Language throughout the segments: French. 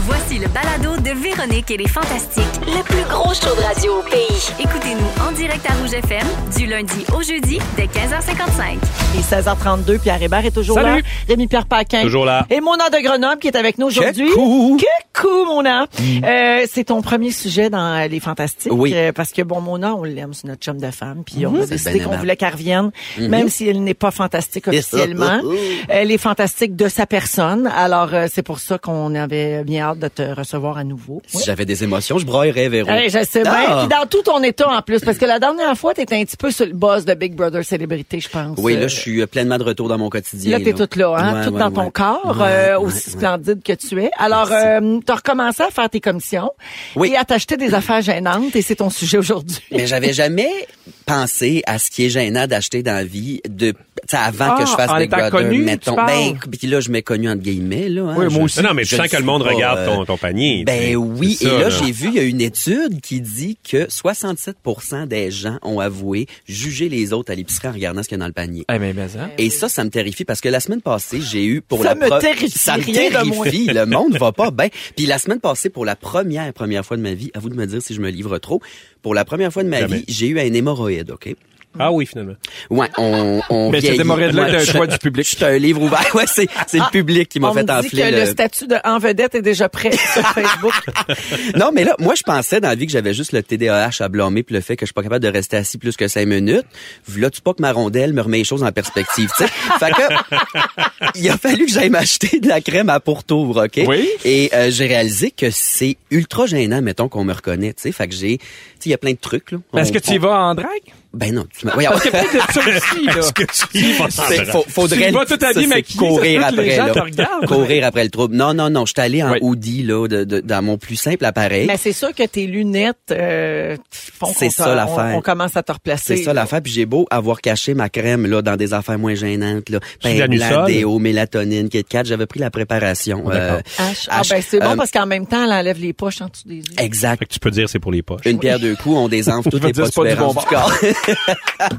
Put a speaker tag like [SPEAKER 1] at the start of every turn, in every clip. [SPEAKER 1] Voici le balado de Véronique et les Fantastiques.
[SPEAKER 2] Le plus gros show de radio au pays.
[SPEAKER 1] Écoutez-nous en direct à Rouge FM du lundi au jeudi dès 15h55.
[SPEAKER 3] Et 16h32, Pierre Hébert est toujours
[SPEAKER 4] Salut.
[SPEAKER 3] là. Rémi-Pierre Paquin.
[SPEAKER 4] Toujours là.
[SPEAKER 3] Et Mona de Grenoble qui est avec nous aujourd'hui.
[SPEAKER 4] Coucou.
[SPEAKER 3] Coucou, Mona. Euh, c'est ton premier sujet dans euh, Les Fantastiques.
[SPEAKER 5] Mm. Oui. Mm-hmm.
[SPEAKER 3] Euh, parce que, bon, Mona, on l'aime, c'est notre chum de femme. Puis on a décidé
[SPEAKER 5] bien
[SPEAKER 3] qu'on
[SPEAKER 5] aimable. Mm-hmm.
[SPEAKER 3] voulait qu'elle revienne, même si elle n'est pas fantastique officiellement.
[SPEAKER 5] Oh,
[SPEAKER 3] elle est fantastique de sa personne. Alors, euh, c'est pour ça qu'on avait bien hâte de te recevoir à nouveau.
[SPEAKER 5] Si j'avais des émotions, je broyerais, Véro.
[SPEAKER 3] Hey, Eh, je sais bien.
[SPEAKER 5] Ah!
[SPEAKER 3] Puis dans tout ton état en plus, parce que la dernière fois, t'étais un petit peu sur le boss de Big Brother Célébrité, je pense.
[SPEAKER 5] Oui, là, je
[SPEAKER 3] Euh,
[SPEAKER 5] suis euh, pleinement de retour dans mon quotidien.
[SPEAKER 3] Là, t'es toute là, hein?
[SPEAKER 5] Ouais,
[SPEAKER 3] toute
[SPEAKER 5] ouais,
[SPEAKER 3] dans
[SPEAKER 5] ouais.
[SPEAKER 3] ton corps,
[SPEAKER 5] Ouais,
[SPEAKER 3] euh,
[SPEAKER 5] ouais,
[SPEAKER 3] aussi
[SPEAKER 5] ouais.
[SPEAKER 3] splendide que tu es. Alors, euh, t'as recommencé à faire tes commissions
[SPEAKER 5] Oui.
[SPEAKER 3] et à t'acheter des affaires gênantes, et c'est ton sujet aujourd'hui.
[SPEAKER 5] Mais j'avais jamais pensé à ce qui est gênant d'acheter dans la vie de, tu sais, avant
[SPEAKER 4] Ah,
[SPEAKER 5] que je fasse
[SPEAKER 4] en
[SPEAKER 5] Big
[SPEAKER 4] étant
[SPEAKER 5] Brother,
[SPEAKER 4] connu, tu
[SPEAKER 5] mettons.
[SPEAKER 4] parles.
[SPEAKER 5] Ben, puis là, je m'ai connu entre guillemets, là. hein.
[SPEAKER 4] Oui, moi
[SPEAKER 5] Je-
[SPEAKER 4] aussi. Non, mais tu
[SPEAKER 5] je
[SPEAKER 4] sens
[SPEAKER 5] ne
[SPEAKER 4] que le
[SPEAKER 5] suis
[SPEAKER 4] monde
[SPEAKER 5] pas,
[SPEAKER 4] regarde
[SPEAKER 5] euh,
[SPEAKER 4] ton- ton panier, tu sais.
[SPEAKER 5] Ben oui.
[SPEAKER 4] C'est
[SPEAKER 5] et
[SPEAKER 4] ça,
[SPEAKER 5] là,
[SPEAKER 4] là.
[SPEAKER 5] j'ai vu, il y a une étude qui dit que 67 des gens ont avoué juger les autres à l'épicerie en regardant ce qu'il y a dans le panier.
[SPEAKER 4] Eh ben, ben, ça.
[SPEAKER 5] Et ça, ça me terrifie parce que la semaine passée, j'ai eu pour
[SPEAKER 3] Ça
[SPEAKER 5] la
[SPEAKER 3] me
[SPEAKER 5] pro-
[SPEAKER 3] terrifie,
[SPEAKER 5] ça me
[SPEAKER 3] rien de moins.
[SPEAKER 5] terrifie. Le monde va pas bien. Puis la semaine passée, pour la première première fois de ma vie, à vous de me dire si je me livre trop. Pour la première fois de ma
[SPEAKER 4] Jamais.
[SPEAKER 5] vie, j'ai eu un hémorroïde, ok
[SPEAKER 4] Ah oui, finalement.
[SPEAKER 5] Ouais, on on.
[SPEAKER 6] Mais cet
[SPEAKER 5] vieillit.
[SPEAKER 6] hémorroïde-là
[SPEAKER 5] Ouais,
[SPEAKER 6] est un
[SPEAKER 5] je-
[SPEAKER 6] choix du public. Ah,
[SPEAKER 5] C'est un livre ouvert. Ouais, c'est c'est le public qui m'a
[SPEAKER 3] On
[SPEAKER 5] fait
[SPEAKER 3] me dit
[SPEAKER 5] enfler
[SPEAKER 3] que le... statut de en vedette est déjà prêt sur Facebook.
[SPEAKER 5] non, mais là, moi, je pensais dans la vie que j'avais juste le TDAH à blâmer puis le fait que je suis pas capable de rester assis plus que cinq minutes. Là, tu pas que ma rondelle me remet les choses en perspective, tu sais. Fait que, il a fallu que j'aille m'acheter de la crème à pourtour, OK?
[SPEAKER 6] Oui.
[SPEAKER 5] Et euh, j'ai réalisé que c'est ultra gênant, mettons, qu'on me reconnaît, tu sais. Fait que j'ai, tu sais, il y a plein de trucs, là.
[SPEAKER 6] Est-ce
[SPEAKER 5] On-
[SPEAKER 6] que tu y
[SPEAKER 5] on-
[SPEAKER 6] vas en drague?
[SPEAKER 5] Ben non, tu m'as- voyons.
[SPEAKER 6] Parce que peut-être de ça aussi, là.
[SPEAKER 4] Est-ce que tu y vas?
[SPEAKER 5] C'est- faut- faudrait
[SPEAKER 6] Tu y vas
[SPEAKER 5] le-
[SPEAKER 6] toute la
[SPEAKER 5] ça,
[SPEAKER 6] vie
[SPEAKER 5] c'est
[SPEAKER 6] maquillée,
[SPEAKER 5] courir
[SPEAKER 6] ça se peut que
[SPEAKER 5] après
[SPEAKER 6] les gens
[SPEAKER 5] là.
[SPEAKER 6] te regardent.
[SPEAKER 5] courir après le trouble. Non non non, je suis allé en
[SPEAKER 6] Oui.
[SPEAKER 5] hoodie là de- de- dans mon plus simple appareil.
[SPEAKER 3] Mais c'est sûr que tes lunettes euh, font qu'on
[SPEAKER 5] C'est
[SPEAKER 3] t'a-
[SPEAKER 5] ça,
[SPEAKER 3] on,
[SPEAKER 5] l'affaire.
[SPEAKER 3] on commence à te replacer.
[SPEAKER 5] C'est ça l'affaire. Puis j'ai beau avoir caché ma crème là dans des affaires moins gênantes là, pain blanc,
[SPEAKER 4] Danusol?
[SPEAKER 5] déo, mélatonine, Kit Kat. J'avais pris la préparation. euh,
[SPEAKER 3] H. Ah
[SPEAKER 5] H.
[SPEAKER 3] ben c'est bon
[SPEAKER 5] Euh,
[SPEAKER 3] parce qu'en même temps, elle enlève les poches en dessous des yeux.
[SPEAKER 5] Exact.
[SPEAKER 4] Fait que tu peux dire c'est pour les poches.
[SPEAKER 5] Une pierre deux coups, on désenfle toutes
[SPEAKER 6] veux
[SPEAKER 5] les
[SPEAKER 6] dire, c'est pas du
[SPEAKER 5] protubérances
[SPEAKER 6] bon
[SPEAKER 5] du corps.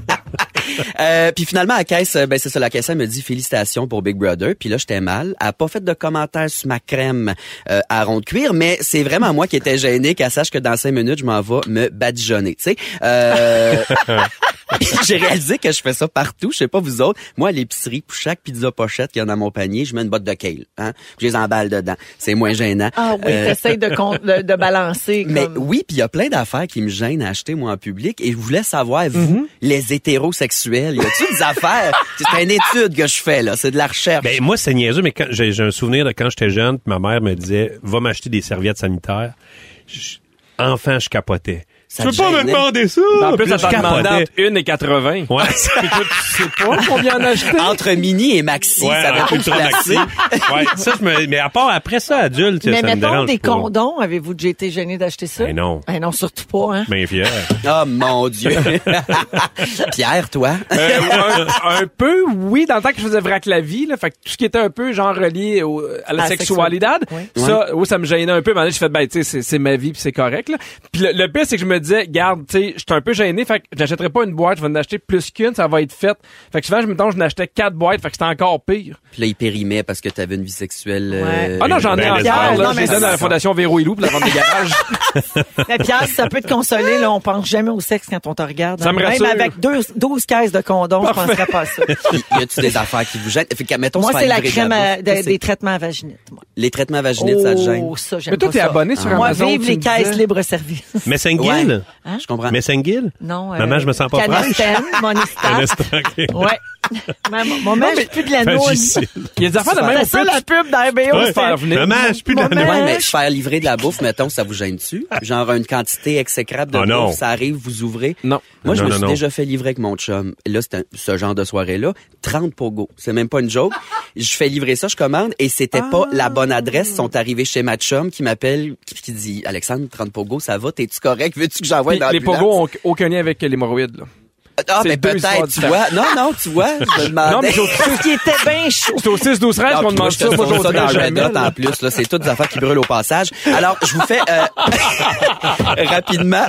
[SPEAKER 5] Euh, puis finalement, à la caisse, euh, ben c'est ça, la caisse elle me dit félicitations pour Big Brother. Puis là, j'étais mal. Elle a pas fait de commentaires sur ma crème euh, à rond de cuir, mais c'est vraiment moi qui étais gêné qu'elle sache que dans cinq minutes, je m'en vais me badigeonner. Tu sais, Euh, j'ai réalisé que je fais ça partout. Je sais pas vous autres. Moi, à l'épicerie, pour chaque pizza pochette qu'il y a dans mon panier, je mets une botte de kale. Hein, puis je les emballe dedans. C'est moins gênant.
[SPEAKER 3] Ah oui,
[SPEAKER 5] Euh,
[SPEAKER 3] t'essayes de, con- de, de balancer.
[SPEAKER 5] mais
[SPEAKER 3] comme-
[SPEAKER 5] oui, puis il y a plein d'affaires qui me gênent à acheter moi en public et je voulais savoir vous, les hétérosexuels, y a-t-il des affaires C'est une étude que je fais là, c'est de la recherche.
[SPEAKER 4] Ben moi c'est niaiseux mais quand j'ai j'ai un souvenir de quand j'étais jeune, puis ma mère me disait va m'acheter des serviettes sanitaires. Je- enfant, je capotais.
[SPEAKER 5] Ça
[SPEAKER 4] tu
[SPEAKER 5] te
[SPEAKER 4] peux pas me
[SPEAKER 5] gênait?
[SPEAKER 4] demander ça
[SPEAKER 6] En plus,
[SPEAKER 4] Puis là,
[SPEAKER 6] ça
[SPEAKER 4] je
[SPEAKER 6] t'en demandait
[SPEAKER 4] capotais.
[SPEAKER 6] entre une et 80.
[SPEAKER 4] Ouais.
[SPEAKER 6] Tu sais pas combien en acheter?
[SPEAKER 5] Entre Mini et Maxi,
[SPEAKER 4] Ouais,
[SPEAKER 5] ça va
[SPEAKER 4] un
[SPEAKER 5] pas se
[SPEAKER 4] ultra maxi.
[SPEAKER 5] placer.
[SPEAKER 4] Ouais, ça je me mais à part après ça adulte,
[SPEAKER 3] Mais
[SPEAKER 4] ça me
[SPEAKER 3] mettons
[SPEAKER 4] dérange
[SPEAKER 3] des
[SPEAKER 4] pas.
[SPEAKER 3] condoms, avez-vous déjà été gêné d'acheter ça?
[SPEAKER 4] Ben non.
[SPEAKER 3] Ben non, surtout pas, hein?
[SPEAKER 4] Ben fier.
[SPEAKER 5] Oh mon Dieu. Pierre, toi.
[SPEAKER 6] Euh, un, un peu, oui, dans le temps que je faisais vrac la vie, là, fait que tout ce qui était un peu genre relié au- à la
[SPEAKER 3] À la
[SPEAKER 6] sexualité,
[SPEAKER 3] sexualité,
[SPEAKER 6] ça, oui, ça me gênait un peu. Mais j'ai fait, ben, tu sais, c'est- c'est ma vie, puis c'est correct. Là. Puis le, le pire, c'est que je me disais, garde, tu sais, j'étais un peu gêné, fait que j'achèterais pas une boîte, je vais en acheter plus qu'une, ça va être fait. Fait que souvent, je me dis, je n'achetais quatre boîtes, fait que c'était encore pire.
[SPEAKER 5] Puis là, il périmait parce que t'avais une vie sexuelle.
[SPEAKER 3] Ouais.
[SPEAKER 5] euh,
[SPEAKER 6] Ah non, j'en ai
[SPEAKER 4] ben,
[SPEAKER 6] encore,
[SPEAKER 3] non,
[SPEAKER 6] là, je
[SPEAKER 3] mais
[SPEAKER 6] les donne à la
[SPEAKER 3] c'est-
[SPEAKER 6] fondation Véro et Loup pour la vente des garages.
[SPEAKER 3] Mais Pierre, si ça peut te consoler, là, on pense jamais au sexe quand on te regarde.
[SPEAKER 6] Ça me
[SPEAKER 3] Même
[SPEAKER 6] rassure.
[SPEAKER 3] avec deux, 12 caisses de condoms, je penserais pas à ça.
[SPEAKER 5] Puis, y a-tu des affaires qui vous gênent Fait que, mettons,
[SPEAKER 3] Moi,
[SPEAKER 5] se faire
[SPEAKER 3] c'est la
[SPEAKER 5] livrer de
[SPEAKER 3] crème à-
[SPEAKER 5] bouffe.
[SPEAKER 3] de-
[SPEAKER 5] Ça, c'est-
[SPEAKER 3] des traitements à vaginite, moi.
[SPEAKER 5] Les traitements vaginaux, ça te gêne.
[SPEAKER 3] oh, ça, j'aime
[SPEAKER 6] Mais toi,
[SPEAKER 3] pas
[SPEAKER 6] t'es
[SPEAKER 3] ça.
[SPEAKER 6] abonné sur
[SPEAKER 3] Moi,
[SPEAKER 6] Amazon.
[SPEAKER 3] vive
[SPEAKER 6] tu
[SPEAKER 3] les
[SPEAKER 6] me
[SPEAKER 3] caisses
[SPEAKER 6] disais.
[SPEAKER 3] libre-service.
[SPEAKER 4] Messengill.
[SPEAKER 5] Ouais. Je comprends.
[SPEAKER 4] Messengill.
[SPEAKER 3] Non, euh,
[SPEAKER 4] Maman, je me sens pas fraîche.
[SPEAKER 3] Canesten, Monistat.
[SPEAKER 4] Canesten.
[SPEAKER 3] Ouais. Maman, maman, j'ai plus de
[SPEAKER 6] Ben,
[SPEAKER 3] l'anneau.
[SPEAKER 4] Vagisil.
[SPEAKER 6] Il y a des affaires de même
[SPEAKER 3] C'est ça
[SPEAKER 6] au
[SPEAKER 3] la pub d'RBO.
[SPEAKER 4] Ouais.
[SPEAKER 6] faire venir.
[SPEAKER 4] Maman, je suis plus
[SPEAKER 3] Maman.
[SPEAKER 4] dans le-
[SPEAKER 6] Euh,
[SPEAKER 5] Ouais, mais se faire livrer de la bouffe, mettons, ça vous gêne-tu? Genre une quantité exécrable de
[SPEAKER 4] Ah non.
[SPEAKER 5] bouffe, ça arrive, vous ouvrez.
[SPEAKER 6] Non.
[SPEAKER 5] Moi, je
[SPEAKER 4] Non,
[SPEAKER 5] me
[SPEAKER 4] non,
[SPEAKER 5] suis
[SPEAKER 4] non.
[SPEAKER 5] déjà fait livrer avec mon chum. Là, c'est un- ce genre de soirée-là. 30 pogo. C'est même pas une joke. Je fais livrer ça, je commande, et c'était pas
[SPEAKER 6] Ah.
[SPEAKER 5] la bonne adresse. Ils sont arrivés chez ma chum qui m'appelle, qui, qui dit, Alexandre, 30 pogo, ça va? T'es-tu correct? Veux-tu que j'envoie
[SPEAKER 6] Puis
[SPEAKER 5] dans
[SPEAKER 6] les pogos ont aucun lien avec l'hémorroïde, là.
[SPEAKER 5] Ah,
[SPEAKER 6] C'est
[SPEAKER 5] mais
[SPEAKER 6] deux histoires
[SPEAKER 5] peut-être, tu
[SPEAKER 6] différentes.
[SPEAKER 5] vois. Non, non, tu vois, je me demandais.
[SPEAKER 6] Non, mais au-
[SPEAKER 3] Parce qu'il était bien chaud.
[SPEAKER 6] c'est au 6 12 13
[SPEAKER 5] Ah,
[SPEAKER 6] qu'on
[SPEAKER 5] ben, puis
[SPEAKER 6] demande
[SPEAKER 5] moi, je te
[SPEAKER 6] ça. Moi,
[SPEAKER 5] trouve ça dans
[SPEAKER 6] j'oserais
[SPEAKER 5] Red
[SPEAKER 6] jamais.
[SPEAKER 5] Hot en plus. là. C'est toutes des affaires qui brûlent au passage. Alors, je vous fais euh, rapidement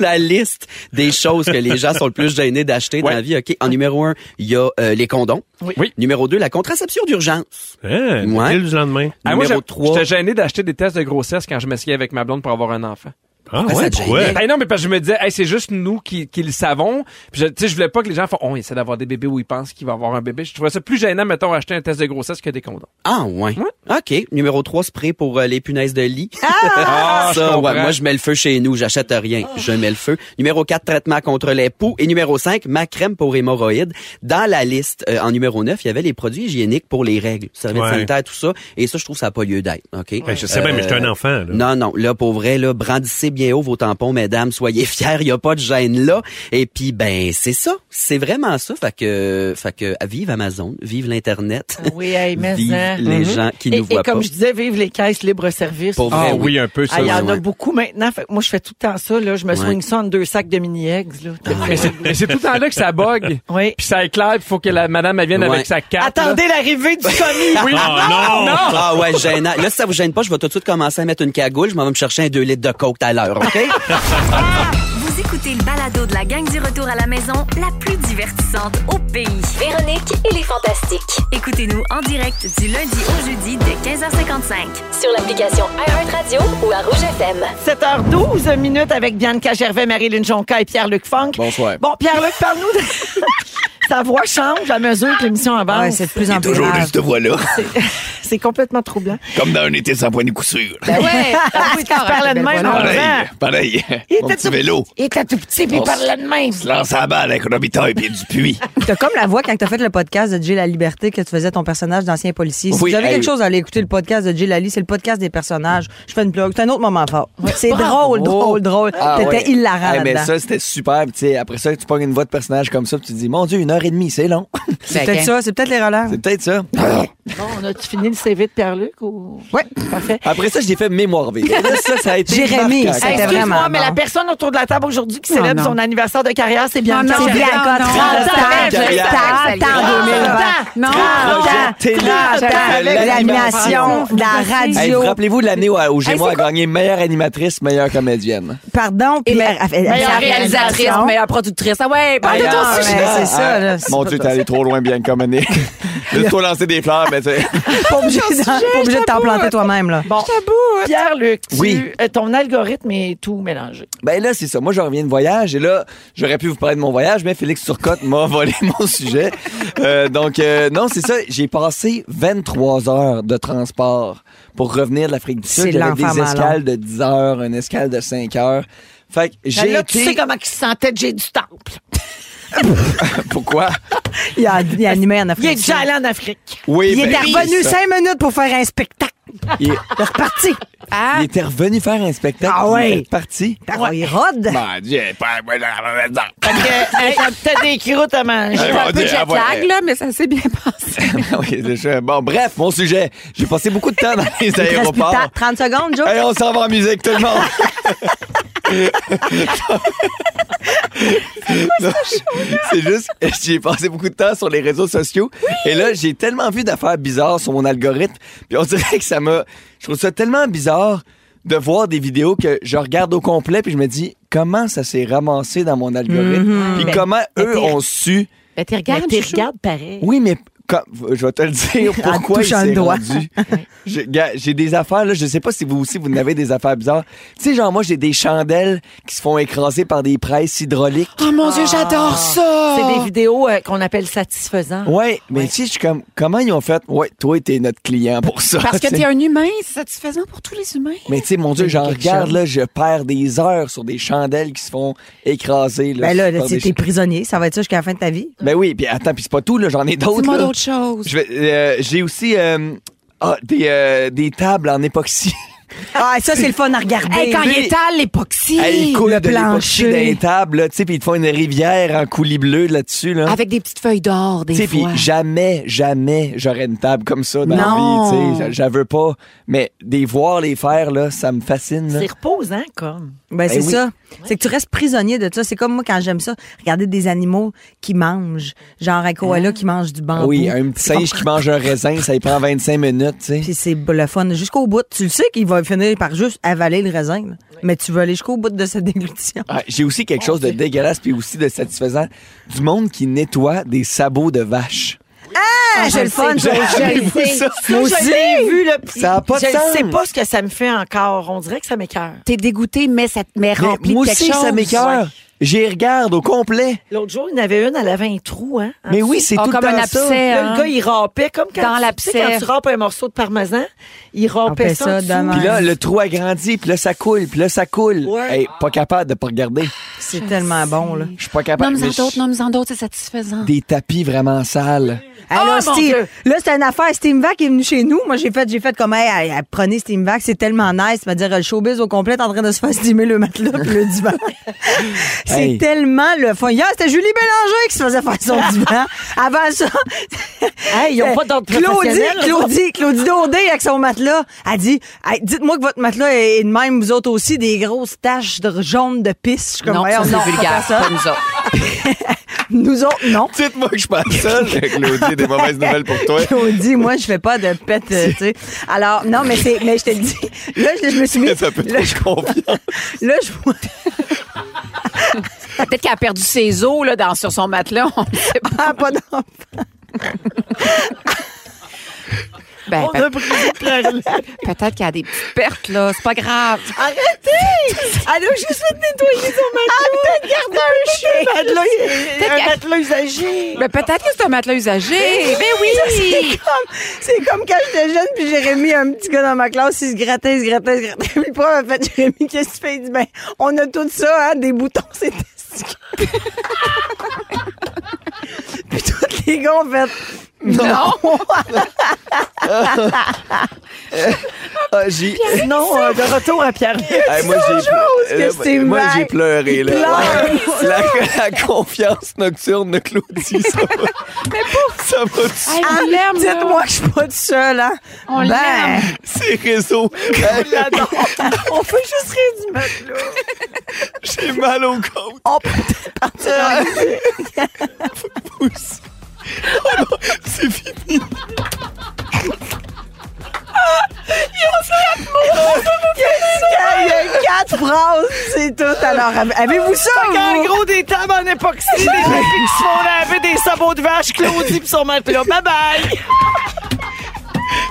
[SPEAKER 5] la liste des choses que les gens sont le plus gênés d'acheter dans
[SPEAKER 6] Ouais.
[SPEAKER 5] la vie. Ok, En numéro un, il y a euh, les condoms.
[SPEAKER 6] Oui.
[SPEAKER 5] Numéro deux, la contraception d'urgence.
[SPEAKER 4] Hein,
[SPEAKER 5] Ouais.
[SPEAKER 4] pile du lendemain.
[SPEAKER 6] Ah, moi,
[SPEAKER 5] numéro
[SPEAKER 6] j'ai-
[SPEAKER 5] trois.
[SPEAKER 6] j'étais gêné d'acheter des tests de grossesse quand je m'essayais avec ma blonde pour avoir un enfant.
[SPEAKER 4] Ah,
[SPEAKER 5] ça
[SPEAKER 4] ouais,
[SPEAKER 5] te
[SPEAKER 4] pourquoi?
[SPEAKER 5] gênait?
[SPEAKER 6] Ben non, mais parce que je me disais, hey, c'est juste nous qui, qui le savons. Puis je, tu sais, je voulais pas que les gens font, on essaie d'avoir des bébés où ils pensent qu'il va avoir un bébé. Je trouvais ça plus gênant, mettons, acheter un test de grossesse que des condoms.
[SPEAKER 5] Ah ouais. OK. Numéro 3, spray pour euh, les punaises de lit.
[SPEAKER 6] Ah, je
[SPEAKER 5] ça,
[SPEAKER 6] comprends.
[SPEAKER 5] ouais, moi je mets le feu chez nous, j'achète rien,
[SPEAKER 4] Ah.
[SPEAKER 5] je mets le feu. Numéro 4, traitement contre les poux et numéro 5, ma crème pour hémorroïdes. Dans la liste euh, en numéro 9, il y avait les produits hygiéniques pour les règles, serviettes
[SPEAKER 4] Ouais.
[SPEAKER 5] sanitaires tout ça et ça je trouve ça n'a pas lieu d'être, OK Euh,
[SPEAKER 4] Ben, je sais bien, mais j'étais un enfant. Là.
[SPEAKER 5] non, non, là, pour vrai, là, brandissez bien haut vos tampons, mesdames, soyez fiers, il a pas de gêne là. Et puis, ben, c'est ça, c'est vraiment ça. Fait que, fait que, vive Amazon, vive l'Internet.
[SPEAKER 3] Ah Oui, hey, mais
[SPEAKER 5] Vive
[SPEAKER 3] hein.
[SPEAKER 5] les
[SPEAKER 4] Mhm.
[SPEAKER 5] gens qui
[SPEAKER 3] et,
[SPEAKER 5] nous voient
[SPEAKER 3] et comme
[SPEAKER 5] pas.
[SPEAKER 3] je disais, vive les caisses libre-service.
[SPEAKER 5] Pour vrai,
[SPEAKER 6] Ah oui, un peu
[SPEAKER 3] Ah,
[SPEAKER 6] ça.
[SPEAKER 3] Il y
[SPEAKER 5] ouais,
[SPEAKER 3] en a
[SPEAKER 5] ouais.
[SPEAKER 3] beaucoup maintenant. Fait que moi, je fais tout le temps ça. Là. Je me
[SPEAKER 5] Ouais.
[SPEAKER 3] soigne ça en deux sacs de mini-eggs. là.
[SPEAKER 6] Mais c'est- mais c'est tout le temps là que ça bug.
[SPEAKER 3] Oui.
[SPEAKER 6] Ah Puis ça éclaire, puis faut que la madame elle vienne
[SPEAKER 5] Ouais.
[SPEAKER 6] avec sa carte. là.
[SPEAKER 3] Attendez l'arrivée du commis.
[SPEAKER 6] Oui.
[SPEAKER 4] Ah, non!
[SPEAKER 5] Ah ouais, gênant. Là, si ça vous gêne pas, je vais tout de suite commencer à mettre une cagoule. Je m'en vais me chercher un 2 litres de coke tout à l'heure, OK?
[SPEAKER 1] Vous écoutez le balado de la gang du retour à la maison, la plus divertissante au pays.
[SPEAKER 2] Véronique et les Fantastiques.
[SPEAKER 1] Écoutez-nous en direct du lundi au jeudi dès 15h55.
[SPEAKER 2] Sur l'application iHeartRadio ou à Rouge FM.
[SPEAKER 3] 7h12 minutes avec Bianca Gervais, Marie-Lynne Jonca et Pierre-Luc Funk.
[SPEAKER 5] Bonsoir.
[SPEAKER 3] Bon, Pierre-Luc, parle-nous de... Sa voix change à mesure que l'émission avance.
[SPEAKER 7] Ouais, c'est de plus en plus
[SPEAKER 8] Toujours de
[SPEAKER 7] grave.
[SPEAKER 8] cette voix-là,
[SPEAKER 3] C'est complètement troublant.
[SPEAKER 8] comme dans un été sans point de couture.
[SPEAKER 7] Ben ouais,
[SPEAKER 3] Tu parlais
[SPEAKER 7] ben
[SPEAKER 3] de même en
[SPEAKER 8] Pareil, pareil. Mon
[SPEAKER 3] était
[SPEAKER 8] petit
[SPEAKER 3] tout-
[SPEAKER 8] vélo.
[SPEAKER 7] Il était tout petit, puis il
[SPEAKER 8] On s-
[SPEAKER 7] parlait de même.
[SPEAKER 8] Se lance à la balle avec Robitaille et Dupuis.
[SPEAKER 7] T'as comme la voix quand t'as fait le podcast de Jay La Liberté que tu faisais ton personnage d'ancien policier. Si
[SPEAKER 8] Oui,
[SPEAKER 7] vous avez
[SPEAKER 8] hey.
[SPEAKER 7] quelque chose à aller écouter le podcast de Jay Lali, c'est le podcast des personnages. Je fais une plug. C'est un autre moment fort. C'est drôle, drôle, Oh, drôle.
[SPEAKER 9] Oh, Ah
[SPEAKER 7] T'étais
[SPEAKER 9] ouais.
[SPEAKER 7] hilarant
[SPEAKER 9] Eh, mais
[SPEAKER 7] là-dedans.
[SPEAKER 9] ça, c'était super. Puis, tu sais, après ça, tu pognes une voix de personnage comme ça, puis tu te dis, mon Dieu, une heure et demie, c'est long.
[SPEAKER 7] C'est peut-être ça, c'est peut-être les relents.
[SPEAKER 9] c'est peut-être ça.
[SPEAKER 3] Bon, on a-tu fini le CV de Pierre-Luc ou...
[SPEAKER 7] Ouais.
[SPEAKER 3] Parfait.
[SPEAKER 9] Après ça, je l'ai fait mémoire vive. Là, ça, ça a été.
[SPEAKER 7] Jérémy,
[SPEAKER 9] marquant.
[SPEAKER 7] C'était
[SPEAKER 3] Excuse-moi,
[SPEAKER 7] vraiment
[SPEAKER 3] mais
[SPEAKER 7] bon.
[SPEAKER 3] la personne autour de la table aujourd'hui qui célèbre
[SPEAKER 7] non.
[SPEAKER 3] son anniversaire de carrière, c'est Bianca.
[SPEAKER 7] Non, non,
[SPEAKER 3] Gervais.
[SPEAKER 7] Bianca,
[SPEAKER 3] Bianca,
[SPEAKER 7] 30
[SPEAKER 3] 30 ans,
[SPEAKER 7] ans,
[SPEAKER 3] Gervais.
[SPEAKER 7] 30 Ah, ans,
[SPEAKER 10] Ah,
[SPEAKER 7] 2020.
[SPEAKER 3] Non,
[SPEAKER 7] Non,
[SPEAKER 3] 30 ans.
[SPEAKER 9] Projet télé.
[SPEAKER 7] 30 ans, l'animation,
[SPEAKER 9] L'animation.
[SPEAKER 7] la
[SPEAKER 9] Hey,
[SPEAKER 7] radio.
[SPEAKER 9] vous rappelez-vous de l'année où, où Gémeaux a gagné meilleure animatrice, meilleure comédienne?
[SPEAKER 7] Pardon, puis
[SPEAKER 11] meilleure-
[SPEAKER 7] elle- elle- elle-
[SPEAKER 11] meilleure
[SPEAKER 7] sa
[SPEAKER 11] réalisatrice,
[SPEAKER 7] réalisation.
[SPEAKER 11] meilleure productrice. Ah ouais, parle de
[SPEAKER 7] Ailleurs,
[SPEAKER 11] toi
[SPEAKER 7] mais
[SPEAKER 11] aussi.
[SPEAKER 7] c'est
[SPEAKER 9] Ah,
[SPEAKER 7] ça,
[SPEAKER 9] ah,
[SPEAKER 7] là. c'est
[SPEAKER 9] Mon
[SPEAKER 7] pas
[SPEAKER 9] Dieu, t'es
[SPEAKER 7] possible.
[SPEAKER 9] allé trop loin, bien Mané. Juste toi lancer des fleurs, mais tu sais.
[SPEAKER 7] Pas obligé de- pas obligé de t'en planter toi-même, là.
[SPEAKER 3] Bon.
[SPEAKER 7] hein.
[SPEAKER 3] Pierre-Luc, tu-
[SPEAKER 9] Oui.
[SPEAKER 3] euh, ton algorithme est tout mélangé.
[SPEAKER 9] Ben là, c'est ça. Moi, je reviens de voyage et là, j'aurais pu vous parler de mon voyage, mais Félix Turcotte m'a volé mon sujet. Euh, donc, euh, non, c'est ça. J'ai passé 23 heures de transport pour revenir de l'Afrique du
[SPEAKER 7] C'est
[SPEAKER 9] Sud. J'avais
[SPEAKER 7] l'enfer
[SPEAKER 9] des escales de 10 heures, une escale de 5 heures. Fait que j'ai
[SPEAKER 3] Ben Là, tu
[SPEAKER 9] été...
[SPEAKER 3] sais comment il se sentait de Jay du Temple.
[SPEAKER 9] Pourquoi?
[SPEAKER 7] Il a, il a animé en
[SPEAKER 3] Il est
[SPEAKER 7] Afrique. du Sud.
[SPEAKER 3] déjà allé en Afrique.
[SPEAKER 9] Oui,
[SPEAKER 7] Il
[SPEAKER 9] ben,
[SPEAKER 7] était
[SPEAKER 9] c'est
[SPEAKER 7] revenu
[SPEAKER 9] ça.
[SPEAKER 7] cinq minutes pour faire un spectacle. Ah.
[SPEAKER 9] Il,
[SPEAKER 7] Il est reparti.
[SPEAKER 9] il était revenu faire un spectacle.
[SPEAKER 7] Ah ouais.
[SPEAKER 9] Il est parti.
[SPEAKER 7] Ah, Il rôde.
[SPEAKER 8] Mon Dieu, pas moi dans la maison.
[SPEAKER 3] Fait que, hey, t'as peut-être des croûtes à manger.
[SPEAKER 11] Un peu de
[SPEAKER 8] Ah,
[SPEAKER 11] jet
[SPEAKER 8] ouais.
[SPEAKER 11] lag, là, mais ça s'est bien passé.
[SPEAKER 9] Oui, c'est ça. bon, bref, mon sujet. J'ai passé beaucoup de temps dans les
[SPEAKER 7] Il te reste plus
[SPEAKER 9] aéroports.
[SPEAKER 7] tard. 30 secondes, Joe.
[SPEAKER 9] Hey, on s'en va en musique, tout le monde! Non, C'est juste, j'ai passé beaucoup de temps sur les réseaux sociaux et là, j'ai tellement vu d'affaires bizarres sur mon algorithme. Puis on dirait que ça m'a. Je trouve ça tellement bizarre de voir des vidéos que je regarde au complet puis je me dis comment ça s'est ramassé dans mon algorithme. Puis comment eux ont su.
[SPEAKER 11] Mais Ben, t'es
[SPEAKER 3] Mais
[SPEAKER 11] regarde,
[SPEAKER 3] tu regardes pareil.
[SPEAKER 9] Oui, mais quand- je vais te le dire pourquoi il
[SPEAKER 7] touchant le
[SPEAKER 9] s'est
[SPEAKER 7] doigt.
[SPEAKER 9] rendu. Je- gars, J'ai des affaires, là, je sais pas si vous aussi, vous en avez des affaires bizarres. Tu sais, genre, moi, j'ai des chandelles qui se font écraser par des presses hydrauliques.
[SPEAKER 11] Oh mon Dieu,
[SPEAKER 7] Ah.
[SPEAKER 11] j'adore ça.
[SPEAKER 3] C'est des vidéos euh, qu'on appelle satisfaisantes.
[SPEAKER 9] Ouais, mais tu sais, je suis comme, comment ils ont fait? Ouais, toi, t'es notre client pour ça.
[SPEAKER 11] Parce que
[SPEAKER 9] tu sais.
[SPEAKER 11] t'es un humain, c'est satisfaisant pour tous les humains.
[SPEAKER 9] Mais tu sais, mon Dieu, j'en regarde, là, je perds des heures sur des chandelles qui se font écraser. Là,
[SPEAKER 7] Ben là, là,
[SPEAKER 9] par
[SPEAKER 7] t'es
[SPEAKER 9] des
[SPEAKER 7] t'es
[SPEAKER 9] ch-
[SPEAKER 7] prisonnier. Ça va être ça jusqu'à la fin de ta vie.
[SPEAKER 9] Ben oui, puis attends, puis c'est pas tout, là, j'en ai d'autres.
[SPEAKER 11] Dis-moi
[SPEAKER 9] là.
[SPEAKER 11] d'autres choses.
[SPEAKER 9] Je vais- euh, J'ai aussi euh, ah, des, euh, des tables en époxy.
[SPEAKER 7] Ah, ça, c'est le fun à regarder.
[SPEAKER 11] Hey, quand il étale l'époxy,
[SPEAKER 9] Hey, il coule
[SPEAKER 11] le
[SPEAKER 9] de l'époxy dans les
[SPEAKER 11] plancher,
[SPEAKER 9] tables, là, tu sais, puis ils te font une rivière en coulis bleus là-dessus, là.
[SPEAKER 11] avec des petites feuilles d'or, des
[SPEAKER 9] Tu sais, puis
[SPEAKER 11] fois.
[SPEAKER 9] jamais, jamais j'aurais une table comme ça dans
[SPEAKER 11] Non.
[SPEAKER 9] la vie, tu sais. J'en veux pas. Mais des voir les faire, là, ça me fascine, là.
[SPEAKER 3] C'est reposant, comme.
[SPEAKER 7] Ben, c'est
[SPEAKER 9] oui.
[SPEAKER 7] ça. C'est que tu restes prisonnier de ça. C'est comme moi quand j'aime ça, regarder des animaux qui mangent, genre un koala qui mange du bambou.
[SPEAKER 9] Oui, un petit singe qui mange un raisin, ça y prend 25 minutes, tu sais.
[SPEAKER 7] Puis c'est le fun jusqu'au bout. Tu le sais qu'il va finir par juste avaler le raisin, là. mais tu vas aller jusqu'au bout de cette déglutition.
[SPEAKER 9] Ah, J'ai aussi quelque
[SPEAKER 11] Oh,
[SPEAKER 9] chose de dégueulasse puis aussi de satisfaisant. Du monde qui nettoie des sabots de vache.
[SPEAKER 7] Ah, j'ai le fun,
[SPEAKER 3] sais.
[SPEAKER 7] j'ai-
[SPEAKER 3] Je
[SPEAKER 9] Avez-vous
[SPEAKER 3] sais.
[SPEAKER 9] ça?
[SPEAKER 3] Moi aussi.
[SPEAKER 7] Je l'ai
[SPEAKER 3] vu, là.
[SPEAKER 9] Ça a pas de
[SPEAKER 3] je
[SPEAKER 9] sens.
[SPEAKER 3] sais pas ce que ça me fait encore. On dirait que ça m'écœure.
[SPEAKER 11] T'es dégoûté, mais ça te met
[SPEAKER 9] Mais
[SPEAKER 11] rempli
[SPEAKER 9] moi
[SPEAKER 11] de quelque
[SPEAKER 9] aussi,
[SPEAKER 11] chose.
[SPEAKER 9] ça m'écœure. J'y regarde au complet.
[SPEAKER 3] L'autre jour, il y en avait une, elle avait un trou, hein. en
[SPEAKER 9] Mais
[SPEAKER 3] dessous.
[SPEAKER 9] oui, c'est
[SPEAKER 11] Ah,
[SPEAKER 9] tout le
[SPEAKER 11] comme
[SPEAKER 9] temps
[SPEAKER 11] un
[SPEAKER 9] ça.
[SPEAKER 11] abcès.
[SPEAKER 3] Là,
[SPEAKER 11] hein.
[SPEAKER 3] le gars, il rampait comme quand,
[SPEAKER 11] Dans
[SPEAKER 3] tu, tu sais,
[SPEAKER 11] l'abcès.
[SPEAKER 3] quand tu rampes un morceau de parmesan, il rampait
[SPEAKER 7] Rampait
[SPEAKER 3] ça,
[SPEAKER 7] ça
[SPEAKER 3] en dessous.
[SPEAKER 7] de même.
[SPEAKER 9] Puis là, le trou agrandit, puis là, ça coule, puis là, ça coule.
[SPEAKER 3] Ouais.
[SPEAKER 9] Hey, pas capable de pas regarder.
[SPEAKER 7] C'est tellement bon, là.
[SPEAKER 9] Je suis pas capable.
[SPEAKER 11] Nomme-en
[SPEAKER 9] mais je-
[SPEAKER 11] d'autres, nomme-en d'autres, c'est satisfaisant.
[SPEAKER 9] Des tapis vraiment sales.
[SPEAKER 7] Alors,
[SPEAKER 3] mon Dieu!
[SPEAKER 7] Steve, là, c'est une affaire. Steam Vac est venu chez nous. Moi, j'ai fait, j'ai fait comme, hey, hey, hey, prenez Steam Vac, c'est tellement nice. C'est-à-dire, le showbiz au complet est en train de se faire steamer le matelas puis le divan. c'est
[SPEAKER 9] Hey.
[SPEAKER 7] tellement le fun. Hier, c'était Julie Bélanger qui se faisait faire son divan. Avant ça,
[SPEAKER 3] Hey, ils ont pas d'ordre
[SPEAKER 7] Claudie,
[SPEAKER 3] professionnel, là.
[SPEAKER 7] Claudie, Claudie Daudé avec son matelas, a dit, Hey, dites-moi que votre matelas est de même, vous autres aussi, des grosses taches de jaune de pisse. Je suis comme,
[SPEAKER 11] Non,
[SPEAKER 7] voyons,
[SPEAKER 11] ça,
[SPEAKER 7] non,
[SPEAKER 11] c'est vulgaire,
[SPEAKER 7] pas
[SPEAKER 11] pas
[SPEAKER 7] personne.
[SPEAKER 11] nous autres.
[SPEAKER 7] Nous autres, non.
[SPEAKER 9] Dites-moi que je suis ça. Claudie, des mauvaises nouvelles pour toi.
[SPEAKER 7] Claudie, moi, je fais pas de pète, euh, tu sais. Alors, non, mais c'est, mais je te le dis. Là, je, je me suis mis.
[SPEAKER 9] Ça peut
[SPEAKER 7] là,
[SPEAKER 9] trop
[SPEAKER 7] je-
[SPEAKER 9] confiance.
[SPEAKER 7] là, je vois.
[SPEAKER 11] Peut-être qu'elle a perdu ses os là, dans, sur son matelas. On ne sait pas.
[SPEAKER 7] Ah, pas d'enfant.
[SPEAKER 11] Ben,
[SPEAKER 3] On a brisé Claire-
[SPEAKER 11] pe- Peut-être qu'elle a des petites pertes, là. C'est pas grave.
[SPEAKER 7] Arrêtez! Ah, Elle a juste fait nettoyer son matelas. Ah, peut-être garder
[SPEAKER 11] Peut-être
[SPEAKER 3] un
[SPEAKER 11] qu'elle-
[SPEAKER 3] matelas usagé.
[SPEAKER 11] Ben, peut-être que c'est un matelas usagé. Ben oui!
[SPEAKER 7] Comme- C'est comme quand j'étais jeune, puis Jérémy, un petit gars dans ma classe, il se grattait, il se grattait, il se grattait. Puis le prof a fait, Jérémy, qu'est-ce que tu fais? Il dit, ben, on a tout ça, hein, des boutons, c'est testicules. puis tous les gars ont fait, non.
[SPEAKER 9] Ah, j'ai...
[SPEAKER 3] Non, euh, de retour à Pierre.
[SPEAKER 9] Hey, moi, j'ai
[SPEAKER 7] que
[SPEAKER 9] euh,
[SPEAKER 7] c'est
[SPEAKER 9] moi,
[SPEAKER 7] mal.
[SPEAKER 9] j'ai pleuré. Là.
[SPEAKER 7] pleure.
[SPEAKER 9] La, la confiance nocturne de Claudie, ça va. Ça va du-
[SPEAKER 11] Hey, on l'aime, là.
[SPEAKER 7] Dites-moi que je suis pas tout seul, hein.
[SPEAKER 11] On
[SPEAKER 7] ben,
[SPEAKER 11] l'aime.
[SPEAKER 9] Ces réseaux.
[SPEAKER 7] on fait juste rire du matelas.
[SPEAKER 9] J'ai mal au Euh. compte.
[SPEAKER 7] On peut peut-être partir en musique.
[SPEAKER 9] Oh C'est fini.
[SPEAKER 7] Il y a quatre phrases, c'est tout. Alors, avez- avez-vous ça,
[SPEAKER 3] En
[SPEAKER 7] vous?
[SPEAKER 3] gros, des tables en époxy, des gens qui se font laver des sabots de vache, Claudie pis son matelas. Bye bye!